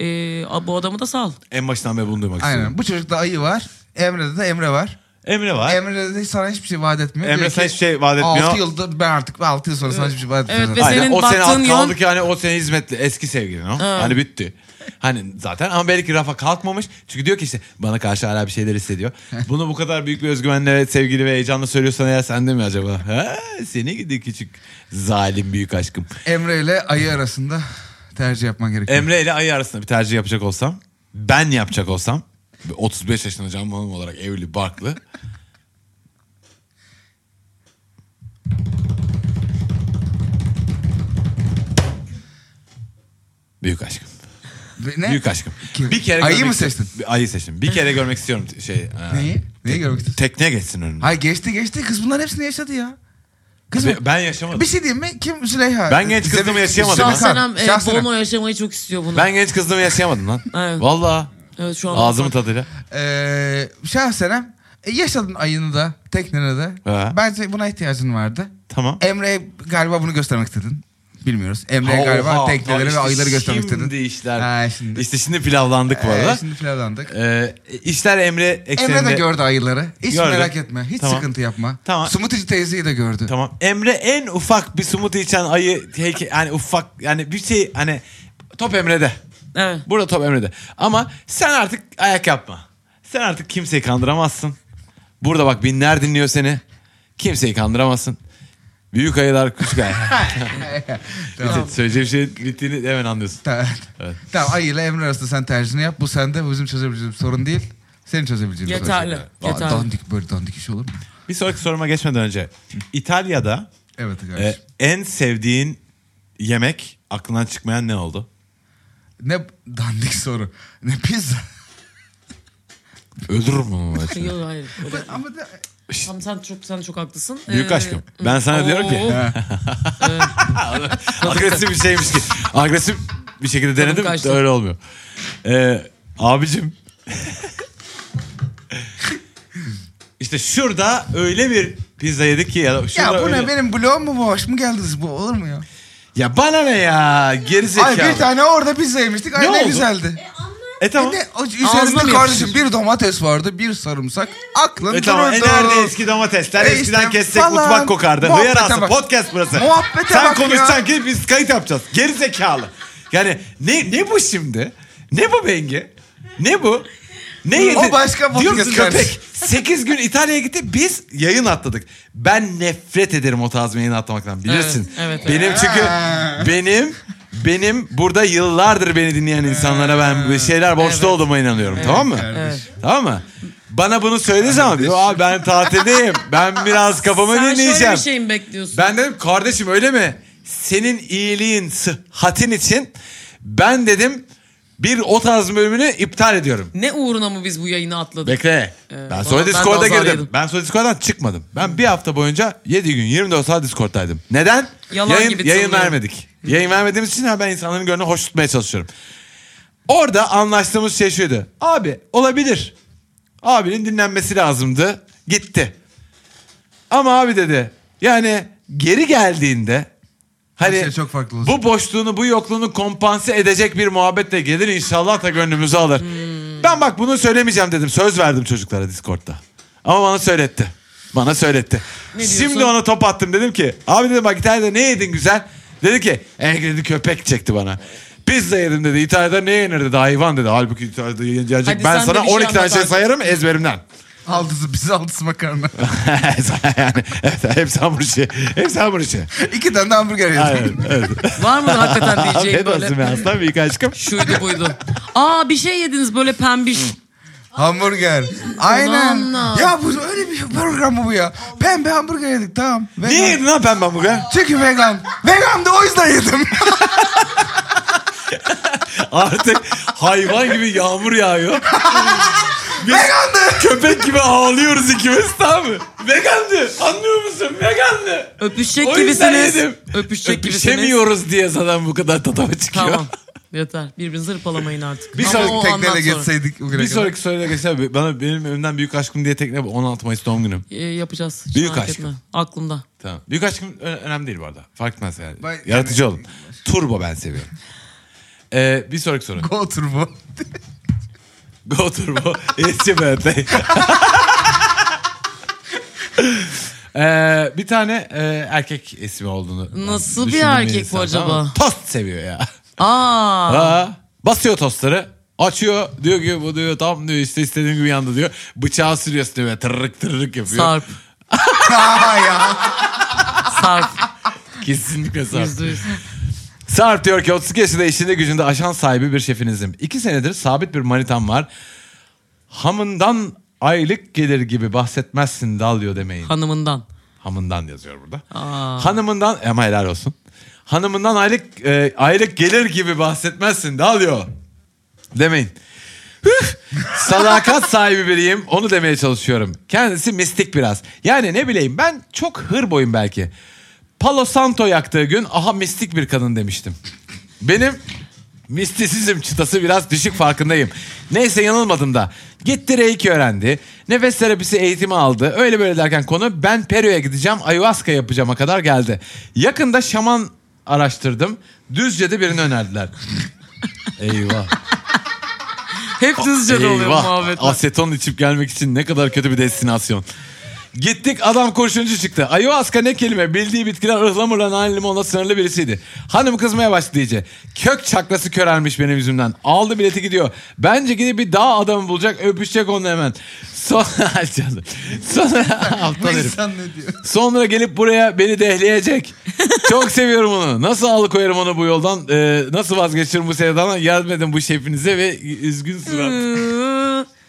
E, a- bu adamı da sal.
En baştan beri bunu duymak istiyorum.
Aynen. Bu çocukta ayı var. Emre'de de Emre var.
Emre var.
Emre de sana hiçbir şey vaat etmiyor.
Emre
Diyor
sana
ki,
hiçbir şey vaat etmiyor."
6 yıldır ben artık 6 yıl sonra sana hiçbir şey vaat
Evet,
etmiyorum.
ve
Aynen.
senin
o sene
baktığın
at kaldı
yön-
ki hani o sene hizmetli eski sevgilin o. Hani bitti. Hani zaten ama belki rafa kalkmamış. Çünkü diyor ki işte bana karşı hala bir şeyler hissediyor. Bunu bu kadar büyük bir özgüvenle ve sevgili ve heyecanla söylüyorsan eğer sen de mi acaba? Ha, seni gidi küçük zalim büyük aşkım.
Emre ile ayı arasında tercih yapman gerekiyor.
Emre ile Ayı arasında bir tercih yapacak olsam. Ben yapacak olsam. 35 yaşında Can Bonomo olarak evli barklı. Büyük aşkım.
ne?
Büyük aşkım.
Kim?
Bir kere
Ayı
görmek
mı
istiyorum-
seçtin?
Bir Ayı seçtim. Bir kere görmek istiyorum t- şey. e,
Neyi? Neyi görmek istiyorsun?
Tekne geçsin önüme.
Hayır geçti geçti. Kız bunların hepsini yaşadı ya. Kız
Be- Ben yaşamadım.
Bir şey diyeyim mi? Kim Züleyha?
Ben genç
Bize
kızımı
bir-
yaşayamadım ha.
Şahsen-
Şahsenem e,
Şahsenem.
Bono yaşamayı çok istiyor bunu.
Ben genç kızlığımı yaşayamadım lan.
Evet.
Vallahi.
Evet, şu an
Ağzımın tadıyla.
Ee, şahsenem e, yaşadın ayını da tekneni de.
He.
Bence buna ihtiyacın vardı.
Tamam.
Emre'ye galiba bunu göstermek istedin. Bilmiyoruz. Emre'ye
Ha,
galiba
oha. Ha,
tekneleri
işte
ve ayıları göstermek istedin.
Şimdi işler.
Ha, şimdi.
İşte şimdi pilavlandık bu
Ee,
arada.
şimdi planlandık.
Ee, işler Emre ekseninde.
Emre de gördü ayıları. Hiç
Gördü.
merak etme. Hiç
Tamam.
sıkıntı yapma.
Tamam.
Sumutici teyzeyi de gördü.
Tamam. Emre en ufak bir smoothie içen ayı heyke, yani ufak yani bir şey hani top Emre'de.
Evet.
Burada top Emre'de. Ama sen artık ayak yapma. Sen artık kimseyi kandıramazsın. Burada bak binler dinliyor seni. Kimseyi kandıramazsın. Büyük ayılar küçük ayılar.
Tamam.
Söyleyeceğim şey bittiğini hemen anlıyorsun.
Ta-
Evet.
tamam ayı ile Emre arasında sen tercihini yap. Bu sende. Bu bizim çözebileceğimiz sorun değil. Senin çözebileceğin
Yeterli, yeterli.
Dandik böyle dandik iş olur mu?
Bir sonraki soruma geçmeden önce. İtalya'da
Evet kardeşim.
Ee, en sevdiğin yemek aklından çıkmayan ne oldu?
Ne dandik soru. Ne pizza.
Öldürürüm onu.
Yok hayır. O da-
Ama da-
Tamam sen çok sen çok haklısın.
Büyük
Ee,
aşkım. Ben sana
oo.
diyorum ki agresif bir şeymiş ki. Agresif bir şekilde denedim
kaçtı.
de öyle olmuyor. Ee, abicim. işte şurada öyle bir pizza yedik ki ya. da
ya
Şurada
bu
öyle...
ne benim bloğum mu bu? Hoş mu geldiniz bu? Olur mu ya?
Ya bana ne ya? Geri
Ay bir tane orada pizza yemiştik. Ay
Ne
ne,
oldu?
güzeldi.
E anlat.
E tamam.
Bir de o-
Ağzına mı
üzerinde kardeşim
yapışır?
bir domates vardı, bir sarımsak. Aklın
E tamam. E
dururdu.
nerede eski domatesler?
E
Eskiden
işte
kessek
falan.
mutfak kokardı.
Muhabbete
Hıyar ağası
bak.
podcast burası.
Muhabbete
Sen
bak
konuşsan
ya.
ki biz kayıt yapacağız. Geri zekalı. Yani ne ne bu şimdi? Ne bu Bengi? Ne bu? Ne yedi?
başka podcast
Diyorsun köpek.
kardeşim.
8 gün İtalya'ya gitti biz yayın atladık. Ben nefret ederim o tarz yayın atlamaktan bilirsin.
Evet, evet,
benim çünkü benim benim burada yıllardır beni dinleyen insanlara ben bir şeyler borçlu
Evet.
olduğuma inanıyorum tamam mı?
Evet.
Tamam mı? Bana bunu söylediği zaman diyor, "Aa, ben tatildeyim. Ben biraz kafamı
Sen şöyle
dinleyeceğim.
bir şey mi bekliyorsun?
Ben dedim kardeşim öyle mi? Senin iyiliğin, sıhhatin için ben dedim bir o tarz bölümünü iptal ediyorum.
Ne uğruna mı biz bu yayını atladık?
Bekle.
Ee,
ben
bana-
sonra
ben de
Discord'a
azar
girdim.
yedim.
Ben sonra Discord'dan çıkmadım. Ben bir hafta boyunca 7 gün 24 saat Discord'daydım. Neden?
Yalan
yayın,
gibi
yayın
sanıyorum.
vermedik. Yayın vermediğimiz için ha, ben insanların gönlünü hoş tutmaya çalışıyorum. Orada anlaştığımız şey şuydu. Abi olabilir. Abinin dinlenmesi lazımdı. Gitti. Ama abi dedi yani geri geldiğinde hani
şey çok farklı olacak.
bu boşluğunu bu yokluğunu kompanse edecek bir muhabbetle gelir inşallah da gönlümüzü alır. Ben bak bunu söylemeyeceğim dedim. Söz verdim çocuklara Discord'da. Ama bana söyletti. Bana söyletti.
Ne diyorsun?
Şimdi ona top attım dedim ki abi dedim bak İtalya'da ne yedin güzel? Dedi ki eh dedi köpek çekti bana. Pizza yedim dedi. İtalya'da ne yenir dedi. Hayvan dedi. Halbuki İtalya'da yenecek.
Hadi
Ben
sen de
sana
bir şey
12 tane
anlat
şey
abi.
sayarım ezberimden.
Aldısı bize aldısı makarna.
yani, evet, hepsi hamur işi. Hepsi hamur işi.
İki tane de hamburger yedim.
Aynen, evet.
Var mı hakikaten
Afiyet
diyeceğim
olsun be
böyle?
aslan büyük aşkım.
Şuydu buydu. Aa bir şey yediniz böyle pembiş.
Hamburger. Aynen.
Ulan lan.
Ya bu öyle bir program mı bu ya? Pembe hamburger yedik tamam. Vegan.
Niye yedin lan pembe hamburger?
Çünkü vegan. Vegan da o yüzden yedim.
Artık hayvan gibi yağmur yağıyor. Biz
Vegandı.
köpek gibi ağlıyoruz ikimiz tamam mı? Vegandı anlıyor musun? Vegandı.
Öpüşecek
O yüzden
gibisiniz.
yedim.
Öpüşecek gibisiniz.
Öpüşemiyoruz diye zaten bu kadar tatava çıkıyor.
Tamam. Yeter. Birbirinizi hırpalamayın artık.
Bir
Ama
sonraki
o andan
Tekneyle
sonra.
geçseydik bugüne
Bir
kadar.
sonraki soruya geçer. Bana benim önümden büyük aşkım diye tekne 16 Mayıs doğum günüm.
Ee, yapacağız. Hiç
Büyük
merak
aşk.
etme. Aklımda.
Tamam. Büyük aşkım ö- önemli değil bu arada. Fark etmez yani.
Ben-
Yaratıcı olun. Turbo ben seviyorum. Ee, bir sonraki soru.
Go turbo.
Go Turbo. It's your birthday. Ee, bir tane e, erkek ismi olduğunu
Nasıl bir
düşündüğüm
erkek bu
insan,
acaba?
tamam mı? Tost seviyor ya.
Aa.
Aa, basıyor tostları. Açıyor diyor ki bu diyor tam diyor işte istediğim gibi yandı diyor. Bıçağı sürüyorsun diyor böyle tırırık tırırık yapıyor.
Sarp.
Aa ya.
Sarp.
Kesinlikle sarp.
Yüzde yüz.
Sarp diyor ki 32 yaşında işinde gücünde aşan sahibi bir şefinizim. İki senedir sabit bir manitam var. Hamından aylık gelir gibi bahsetmezsin dalıyor demeyin.
Hanımından.
Hamından yazıyor burada.
Aa.
Hanımından ama helal olsun. Hanımından aylık e, aylık gelir gibi bahsetmezsin dalıyor demeyin. Hüh! Sadakat sahibi biriyim onu demeye çalışıyorum. Kendisi mistik biraz. Yani ne bileyim ben çok hırboyum belki. Palo Santo yaktığı gün aha mistik bir kadın demiştim. Benim mistisizm çıtası biraz düşük farkındayım. Neyse yanılmadım da. Gitti reiki öğrendi. Nefes terapisi eğitimi aldı. Öyle böyle derken konu ben Peru'ya gideceğim. Ayahuasca yapacağıma kadar geldi. Yakında şaman araştırdım. Düzce'de birini önerdiler. Eyvah.
Hep Düzce'de oluyor bu
Eyvah.
muhabbetler.
Aseton içip gelmek için ne kadar kötü bir destinasyon. Gittik adam kurşuncu çıktı. Ayahuasca ne kelime bildiği bitkiler ıhlamurla nane limonla sınırlı birisiydi. Hanım kızmaya başladı iyice. Kök çakrası körelmiş benim yüzümden. Aldı bileti gidiyor. Bence gidip bir dağ adamı bulacak öpüşecek onunla hemen. Sonra Canım. Sonra
Bu
aptal herif.
insan ne diyor?
Sonra gelip buraya beni dehleyecek. Çok seviyorum onu. Nasıl alıkoyarım onu bu yoldan? Ee, nasıl vazgeçirim bu sevdadan? Yardım edin bu şefinize ve üzgün surat.
Iıı. Hmm.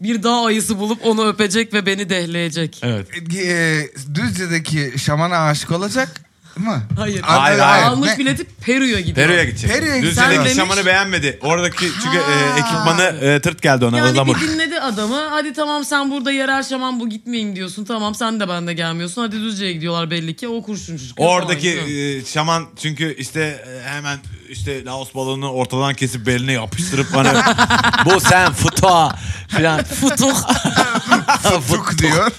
Bir dağ ayısı bulup onu öpecek ve beni dehleyecek.
Evet.
Ee, Düzce'deki şamana aşık olacak mı?
Hayır.
Anladın-
Hayır, hayır.
Almış
Ne-
bileti Peru'ya gidiyor.
Peru'ya gidecek.
Peru'ya gidecek.
Düzce'deki
Sen demiş-
şamanı beğenmedi. Oradaki çünkü
Ha.
e, ekipmanı e, tırt geldi ona.
Yani
ıhlamur.
bir dinledi adamı. Hadi tamam sen burada yerel şaman bu gitmeyeyim diyorsun. Tamam sen de ben de gelmiyorsun. Hadi Düzce'ye gidiyorlar belli ki. O kurşun çıkıyor falan,
Oradaki
değil mi?
e, şaman çünkü işte e, hemen işte Laos balığını ortadan kesip beline yapıştırıp bana bu sen futa falan
Futuh.
Tuk diyor.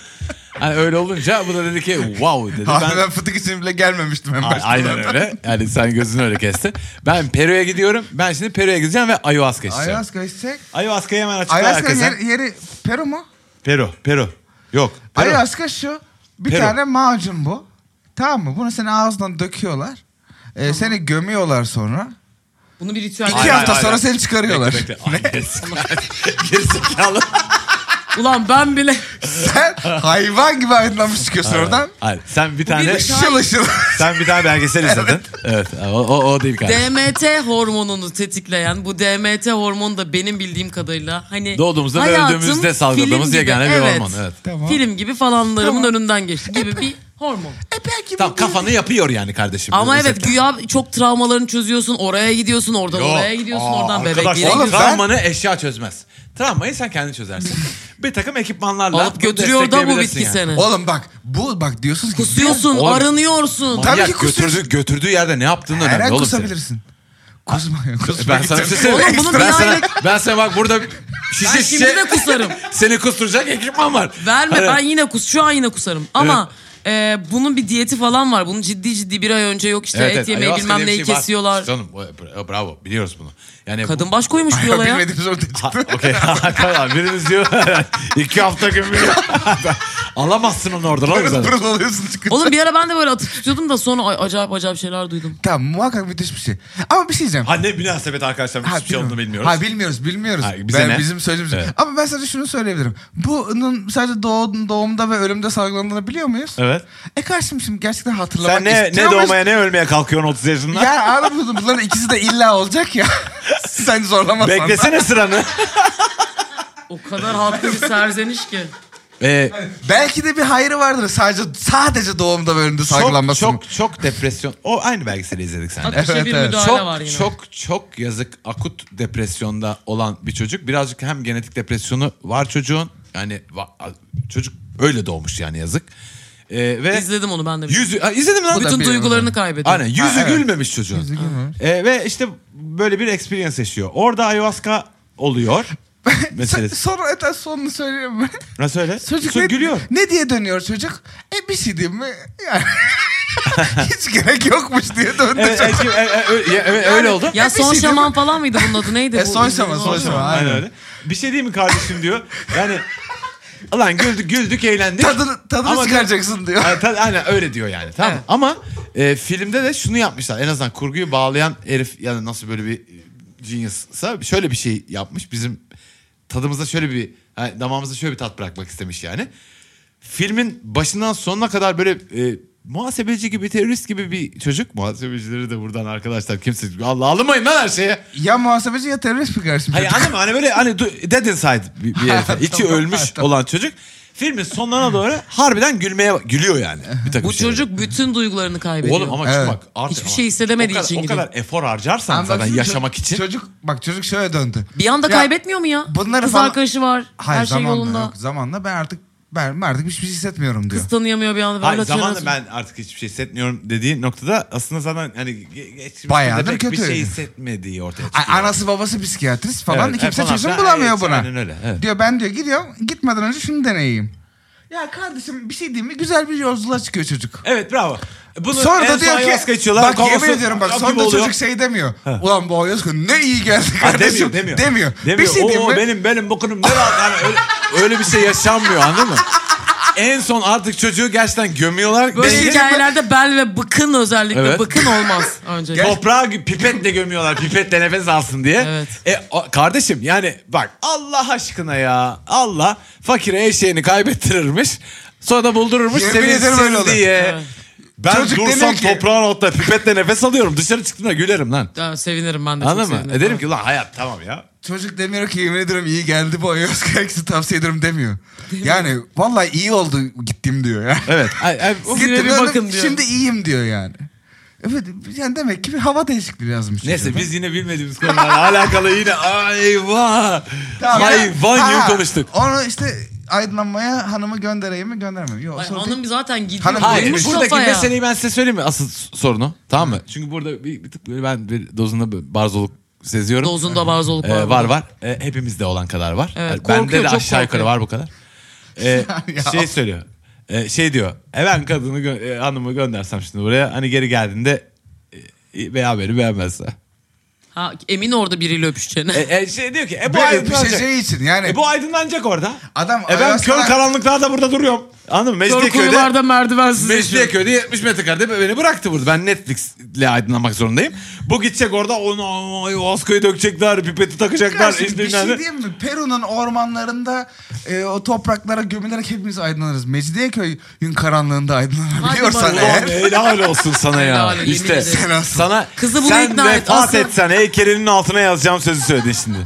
Hani öyle olunca bu da dedi ki wow dedi.
Abi
Ben-
ben fıtık için bile gelmemiştim en
A-
başta.
Aynen öyle. Yani sen gözünü öyle kesti. Ben Peru'ya gidiyorum. Ben şimdi Peru'ya gideceğim ve ayahuasca içeceğim.
Ayahuasca içsek.
Ayahuasca'yı hemen açıklar
Ayahuasca'nın
arkasına.
yeri, yeri Peru mu?
Peru, Peru. Yok. Peru.
Ayahuasca şu. Bir
Peru.
tane macun bu. Tamam mı? Bunu senin ağzından döküyorlar. Ee, Seni gömüyorlar sonra.
Bunu bir ritüel.
İki
Hayır,
hafta
hayır,
sonra
hayır.
seni çıkarıyorlar.
Bekle, bekle. Gerizekalı.
Ulan ben bile
Sen hayvan gibi aydınlanmış çıkıyorsun oradan.
Hayır, sen bir tane
Işıl ışıl.
sen bir tane belgesel izledin. evet. O, o, o değil kardeşim.
DMT hormonunu tetikleyen bu DMT hormonu da benim bildiğim kadarıyla hani
Doğduğumuzda ve
hayatım
öldüğümüzde
film
salgıladığımız
gibi,
yegane bir hormon. Evet.
Tamam.
Film gibi falanlarımın
Tamam.
önünden geçti gibi bir hormon.
E belki
Tam
bu değil.
kafanı yapıyor yani kardeşim.
Ama evet
Özetle.
güya çok travmalarını çözüyorsun. Oraya gidiyorsun, oradan
Yok.
oraya gidiyorsun,
Aa,
oradan
arkadaş,
bebek
Oğlum, ben-
Travmanı eşya çözmez. Travmayı sen kendin çözersin. bir takım ekipmanlarla
Alıp götürüyor da bu
destekleyebilirsin
bitki
yani.
seni.
Oğlum bak bu bak diyorsunuz ki.
Kusuyorsun,
Oğlum.
arınıyorsun.
Tabii
Manyak
ki kusuyorsun.
götürdüğü, götürdüğü yerde ne yaptığın
Her
önemli
an
oğlum senin.
kusabilirsin. Kusma. kusma
Ben sana bir şey söyleyeyim.
Oğlum bunun
ben,
bir
sana,
aylık-
ben sana bak burada şişe
Ben
şişe
şimdi de kusarım.
seni kusturacak ekipman var.
Verme
Hani-
ben yine kus şu an yine kusarım. Ama e, bunun bir diyeti falan var. Bunun ciddi ciddi bir ay önce yok işte
Evet,
et
evet,
yemeği
ayahuasca
bilmem
diye bir
neyi
şey var.
kesiyorlar.
Canım bra- bravo biliyoruz bunu. Yani bu-
Kadın baş koymuş bir olaya.
Bilmediğimiz ortaya
Ha,
çıktı.
Okey. Tamam, Biriniz diyor iki hafta gömüyor. Alamazsın onu oradan oğlum
Pırıl
zaten.
pırıl oluyorsun çıkınca.
Oğlum bir ara ben de böyle atıp tutuyordum da sonra ay- acayip acayip şeyler duydum.
Tamam muhakkak müthiş bir şey. Ama bir şey diyeceğim.
Ha ne münasebet arkadaşlar hiçbir şey
bilmiyorum.
olduğunu bilmiyoruz.
Ha bilmiyoruz bilmiyoruz.
Ha, bize
ben,
ne?
Bizim söylediğimiz. şey.
Evet.
Ama ben sadece şunu söyleyebilirim. Bunun sadece doğum, doğumda ve ölümde salgılandığını biliyor muyuz?
Evet.
E karşım şimdi gerçekten hatırlamak
Sen ne, ne
istiyor muyuz?
doğmaya ne ölmeye kalkıyorsun 30 yaşında?
Ya anlamadım bunların ikisi de illa olacak ya. Sen zorlamasan da.
Beklesene sıranı.
O kadar haklı bir serzeniş ki.
Ee,
Belki de bir hayrı vardır sadece sadece doğumda ve ölümde
çok,
salgılanması.
çok çok depresyon. O aynı belgeseli izledik sen.
Akışa
Evet,
bir
evet.
müdahale
çok
var yine.
çok çok yazık akut depresyonda olan bir çocuk birazcık hem genetik depresyonu var çocuğun yani va- çocuk öyle doğmuş yani yazık Ee, ve
İzledim onu ben de.
yüzü ha, izledin mi lan?
Bu da
Bütün
bir-
duygularını kaybediyor.
Aynen yüzü
Ha, evet.
gülmemiş çocuğun.
Yüzü gülmemiş.
Ee, ve işte böyle bir experience yaşıyor. Orada ayahuasca oluyor.
Son,
meselesi.
sonra öte sonunu söyleyeyim mi?
Nasıl öyle?
Çocuk
Su-
ne,
gülüyor.
ne diye dönüyor çocuk? E bir şey diyeyim mi? Yani hiç gerek yokmuş diye döndü
Evet,
çocuk.
e- e- e- e- öyle oldu.
Ya
E, bir
son
şey
şaman falan mıydı bunun adı neydi?
E,
bu
son
izlediğim
şaman, son
olay?
şaman.
Aynen
Aynen.
öyle. Bir şey değil mi kardeşim diyor. Yani ulan güldük güldük eğlendik.
Tadını, tadını
Ama-
çıkaracaksın diyor.
Yani tabii, aynen öyle diyor yani. Tamam. mı?
Evet.
Ama e, filmde de şunu yapmışlar. En azından kurguyu bağlayan herif yani nasıl böyle bir e, genius'sa şöyle bir şey yapmış. Bizim tadımızda şöyle bir yani damağımızda şöyle bir tat bırakmak istemiş yani. Filmin başından sonuna kadar böyle e, muhasebeci gibi terörist gibi bir çocuk. Muhasebecileri de buradan arkadaşlar kimse Allah alınmayın lan her şeye.
Ya muhasebeci ya terörist mi karşı
Hayır
çocuk?
anladın mı? Hani böyle hani du- dead inside bir, bir herif.
Ha,
İçi
tamam,
ölmüş
ha, tamam.
olan çocuk. Filmin sonlarına doğru harbiden gülmeye gülüyor yani. Bir takım
Bu
şeyleri.
çocuk bütün duygularını kaybediyor.
Oğlum ama
Evet.
şu bak artık
Hiçbir
ama
şey hissedemediği
o kadar,
için
O kadar efor harcarsan
Ama bak
zaten
şimdi
yaşamak
ço-
için.
Çocuk bak çocuk şöyle döndü.
Bir anda
Ya-
kaybetmiyor mu ya?
bunları
Kız
falan-
arkadaşı var.
Hayır
her şey
zamanla
yolunda.
yok zamanla ben artık ben, ben artık hiçbir şey hissetmiyorum diyor.
Kız tanıyamıyor bir anda. Böyle
Hayır
atıyor
zamanla
nasıl-
ben artık hiçbir şey hissetmiyorum dediği noktada aslında zaten hani ge- geçmişte
Bayağıdır
pek bir
kötü.
şey hissetmediği ortaya
Ay,
çıkıyor.
anası babası psikiyatrist falan
Evet,
kimse
evet, falan
çözüm
filan.
bulamıyor
Evet,
buna.
aynen öyle, evet.
Diyor ben diyor gidiyorum gitmeden önce şunu deneyeyim. Ya kardeşim bir şey diyeyim mi? Güzel bir yolculuğa çıkıyor çocuk.
Evet bravo. Bunu
Sonra
en
da diyor
son ayağa
ki
kaçıyorlar,
bak
kovası-
yemin ediyorum bak
Yok
sonra
gibi
da
oluyor.
çocuk şey demiyor. Ulan bu ayasko ne iyi geldi kardeşim.
demiyor, demiyor.
demiyor. Bir
Demiyor.
şey diyeyim
"Oo,
mi?
benim benim bokunum ne var? Yani öyle, öyle bir şey yaşanmıyor anladın mı? En son artık çocuğu gerçekten gömüyorlar.
Böyle
Değil mi?
hikayelerde bel ve bıkın özellikle.
Evet.
Bıkın olmaz önce.
Toprağa pipetle gömüyorlar pipetle nefes alsın diye.
Evet.
E, a- kardeşim yani bak Allah aşkına ya Allah fakire eşeğini kaybettirirmiş. Sonra da buldururmuş
Yemin ederim
sevinsin
öyle olur.
diye.
Evet.
Ben
Çocuk
dursam
demiyor ki-
toprağın altında pipetle nefes alıyorum. Dışarı çıktığımda gülerim lan.
Ya, sevinirim ben de çok
Anladın mı?
sevinirim.
E derim ki lan hayat tamam ya. Çocuk
Çocuk demiyor ki yemin ediyorum iyi geldi bu ayasko herkese tavsiye ederim demiyor. Yani vallahi iyi oldu gittim diyor ya.
Evet. Ay, ay, o-
Size bir
döndüm,
bakın diyor.
Şimdi iyiyim diyor yani. Evet yani demek ki bir hava değişikliği yazmış.
Neyse
çocuğa.
biz yine bilmediğimiz konularla alakalı yine ayva.
Tamam.
Hayvan gibi
Ha,
konuştuk.
Onu işte aydınlanmaya hanımı göndereyim mi göndermeyeyim mi? Yok
Ay,
sorun
hanım
değil.
zaten gidiyor.
Hanım
Hayır
Koymuş
buradaki
kafaya.
meseleyi ben size söyleyeyim mi asıl s- sorunu tamam mı? Çünkü burada bir, bir tık böyle ben bir dozunda bir barzoluk seziyorum.
Dozunda barzoluk
Ee,
var.
var var. Ee, hepimizde olan kadar var.
Evet,
Yani
korkuyor,
bende de
çok
aşağı yukarı
korkuyor.
var bu kadar. Ee,
Ya.
şey söylüyor. E, şey diyor. E ben kadını gö- e, hanımı göndersem şimdi buraya hani geri geldiğinde e, veya beni beğenmezse.
Ha, emin orada biriyle öpüşeceğine.
E, e, şey diyor ki e bu
Bir, bir şey,
aydınlanacak.
şey için yani.
E bu aydınlanacak orada.
Adam
e ben
Alaska'dan-
kör karanlıklarda burada duruyorum. Anladın mı?
Kör
Mecidiyeköy'de
kuyularda merdivensiz yaşıyor.
Mecidiyeköy'de 70 metrekarede beni bıraktı burada. Ben Netflix'le aydınlanmak zorundayım. Bu gidecek orada onu ay, askıyı dökecekler, pipeti takacaklar.
Kardeşim,
işte
bir
bilmem ne.
şey diyeyim mi? Peru'nun ormanlarında e, o topraklara gömülerek hepimiz aydınlanırız. Mecidiyeköy'ün karanlığında aydınlanabiliyorsan
Hadi
Ulan
eğer.
helal olsun sana ya.
Helal, yemin
işte
ederim.
Sen olsun.
sana
Kızı bunu
sen
ikna et.
vefat
Aslı-
etsen heykelinin altına yazacağım sözü söyledin şimdi.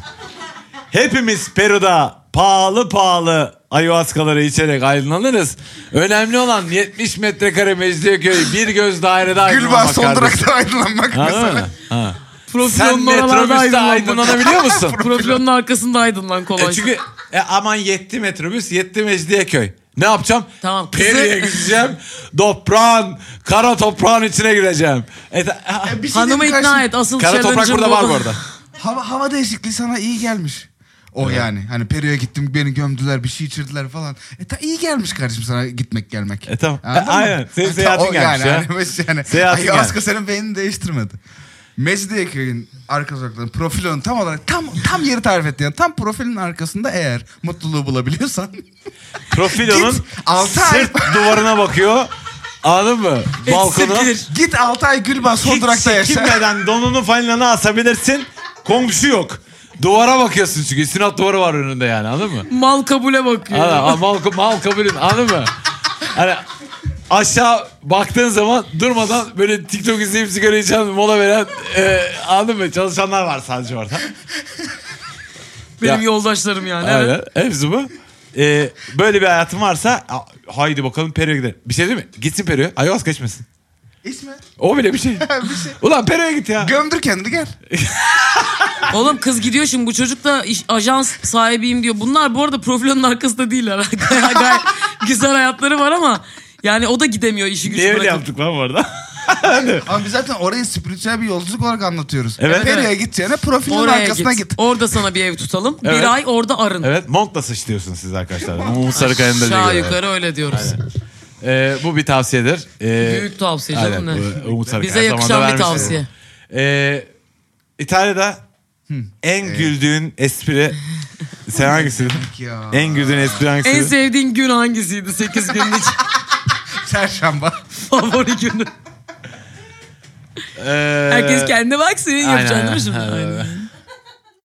Hepimiz Peru'da pahalı pahalı ayahuaskaları içerek aydınlanırız. Önemli olan 70 metrekare Mecidiyeköy bir göz dairede
Gülbağ
aydınlanmak kardeşim.
Sondurak'ta aydınlanmak
Anladın mı?
mesela.
Ha. Sen
Profilonun oralarda
metrobüste
aydınlanmak.
aydınlanabiliyor musun?
Profilonun arkasında aydınlan kolay.
E çünkü e, aman yetti metrobüs, yetti Mecidiyeköy. Ne yapacağım?
Tamam, kızı-
Periye gideceğim. toprağın, kara toprağın içine gireceğim. E, ta-
E, bir şey
Hanımı
diyeyim mi
ikna
kardeşim?
et. Asıl
kara toprak burada
challenge'ın
var bu arada.
Hava, hava değişikliği sana iyi gelmiş. O yani hani Peru'ya gittim beni gömdüler bir şey içirdiler falan. E ta iyi gelmiş kardeşim sana gitmek gelmek.
E, tamam. E,
Anladın mı?
aynen. Senin
Ha, ta-
seyahatin
o
gelmiş ya.
yani, hani mesela yani,
Seyahatin
Ayahuasca
gelmiş.
senin beynini değiştirmedi. Mecidiyeköy'ün arka sokaklarının profilonun tam olarak tam tam yeri tarif etti. Yani tam profilin arkasında eğer mutluluğu bulabiliyorsan
Profilonun
Git, altı ay-
sırt duvarına bakıyor. Anladın mı? Balkonu.
Eksiktir.
git 6 ay Gülbağ
Hiç
Sondurak'ta şey. yaşa.
çekinmeden donunu falanına asabilirsin. Komşu yok. Duvara bakıyorsun çünkü sinat duvarı var önünde yani anladın mı?
Mal kabule bakıyor.
Ana, a- mal, mal kabulün anladın mı? Hani aşağı baktığın zaman durmadan böyle TikTok izleyip sigara içen mola veren e, anladın mı? Çalışanlar var sadece orada.
Benim
Ya.
yoldaşlarım yani. evet.
Aynen. Hepsi bu. E, böyle bir hayatın varsa a- haydi bakalım Peru'ya gidelim. Bir şey değil mi? Gitsin Peru'ya. Ayahuasca kaçmasın.
İsmi.
O bile bir şey.
bir şey.
Ulan Peru'ya git ya.
Gömdür kendini gel.
Oğlum kız gidiyor şimdi bu çocuk da iş- ajans sahibiyim diyor. Bunlar bu arada profilonun arkasında değiller. Gayet- gayet güzel hayatları var ama yani o da gidemiyor işi gücü
Niye öyle
bırakıp.
yaptık lan bu arada?
Ama biz zaten orayı spiritüel bir yolculuk olarak anlatıyoruz.
Evet.
Peru'ya gideceğine profilin
Oraya
arkasına
git.
git.
Orada sana bir ev tutalım.
Evet.
Bir ay orada arın.
evet montla sıçlıyorsunuz siz arkadaşlar. Mumut Sarıkaya'nın dediği
Aşağı
gibi.
yukarı öyle diyoruz.
E, bu bir tavsiyedir. E,
Büyük tavsiye canım
aynen,
ne?
bu Umut Sarıkaya
Bize
zamanında
yakışan bir
vermişti.
tavsiye.
Ee, İtalya'da en güldüğün espri sen hangisi?
ya.
En güldüğün espri hangisi?
En sevdiğin gün hangisiydi 8 günün için?
Çarşamba.
favori günü.
Ee,
Herkes kendine baksın.
aynen,
Yapacaksın değil
Ee,
mi
aynen.
şimdi?
Aynen.
Aynen.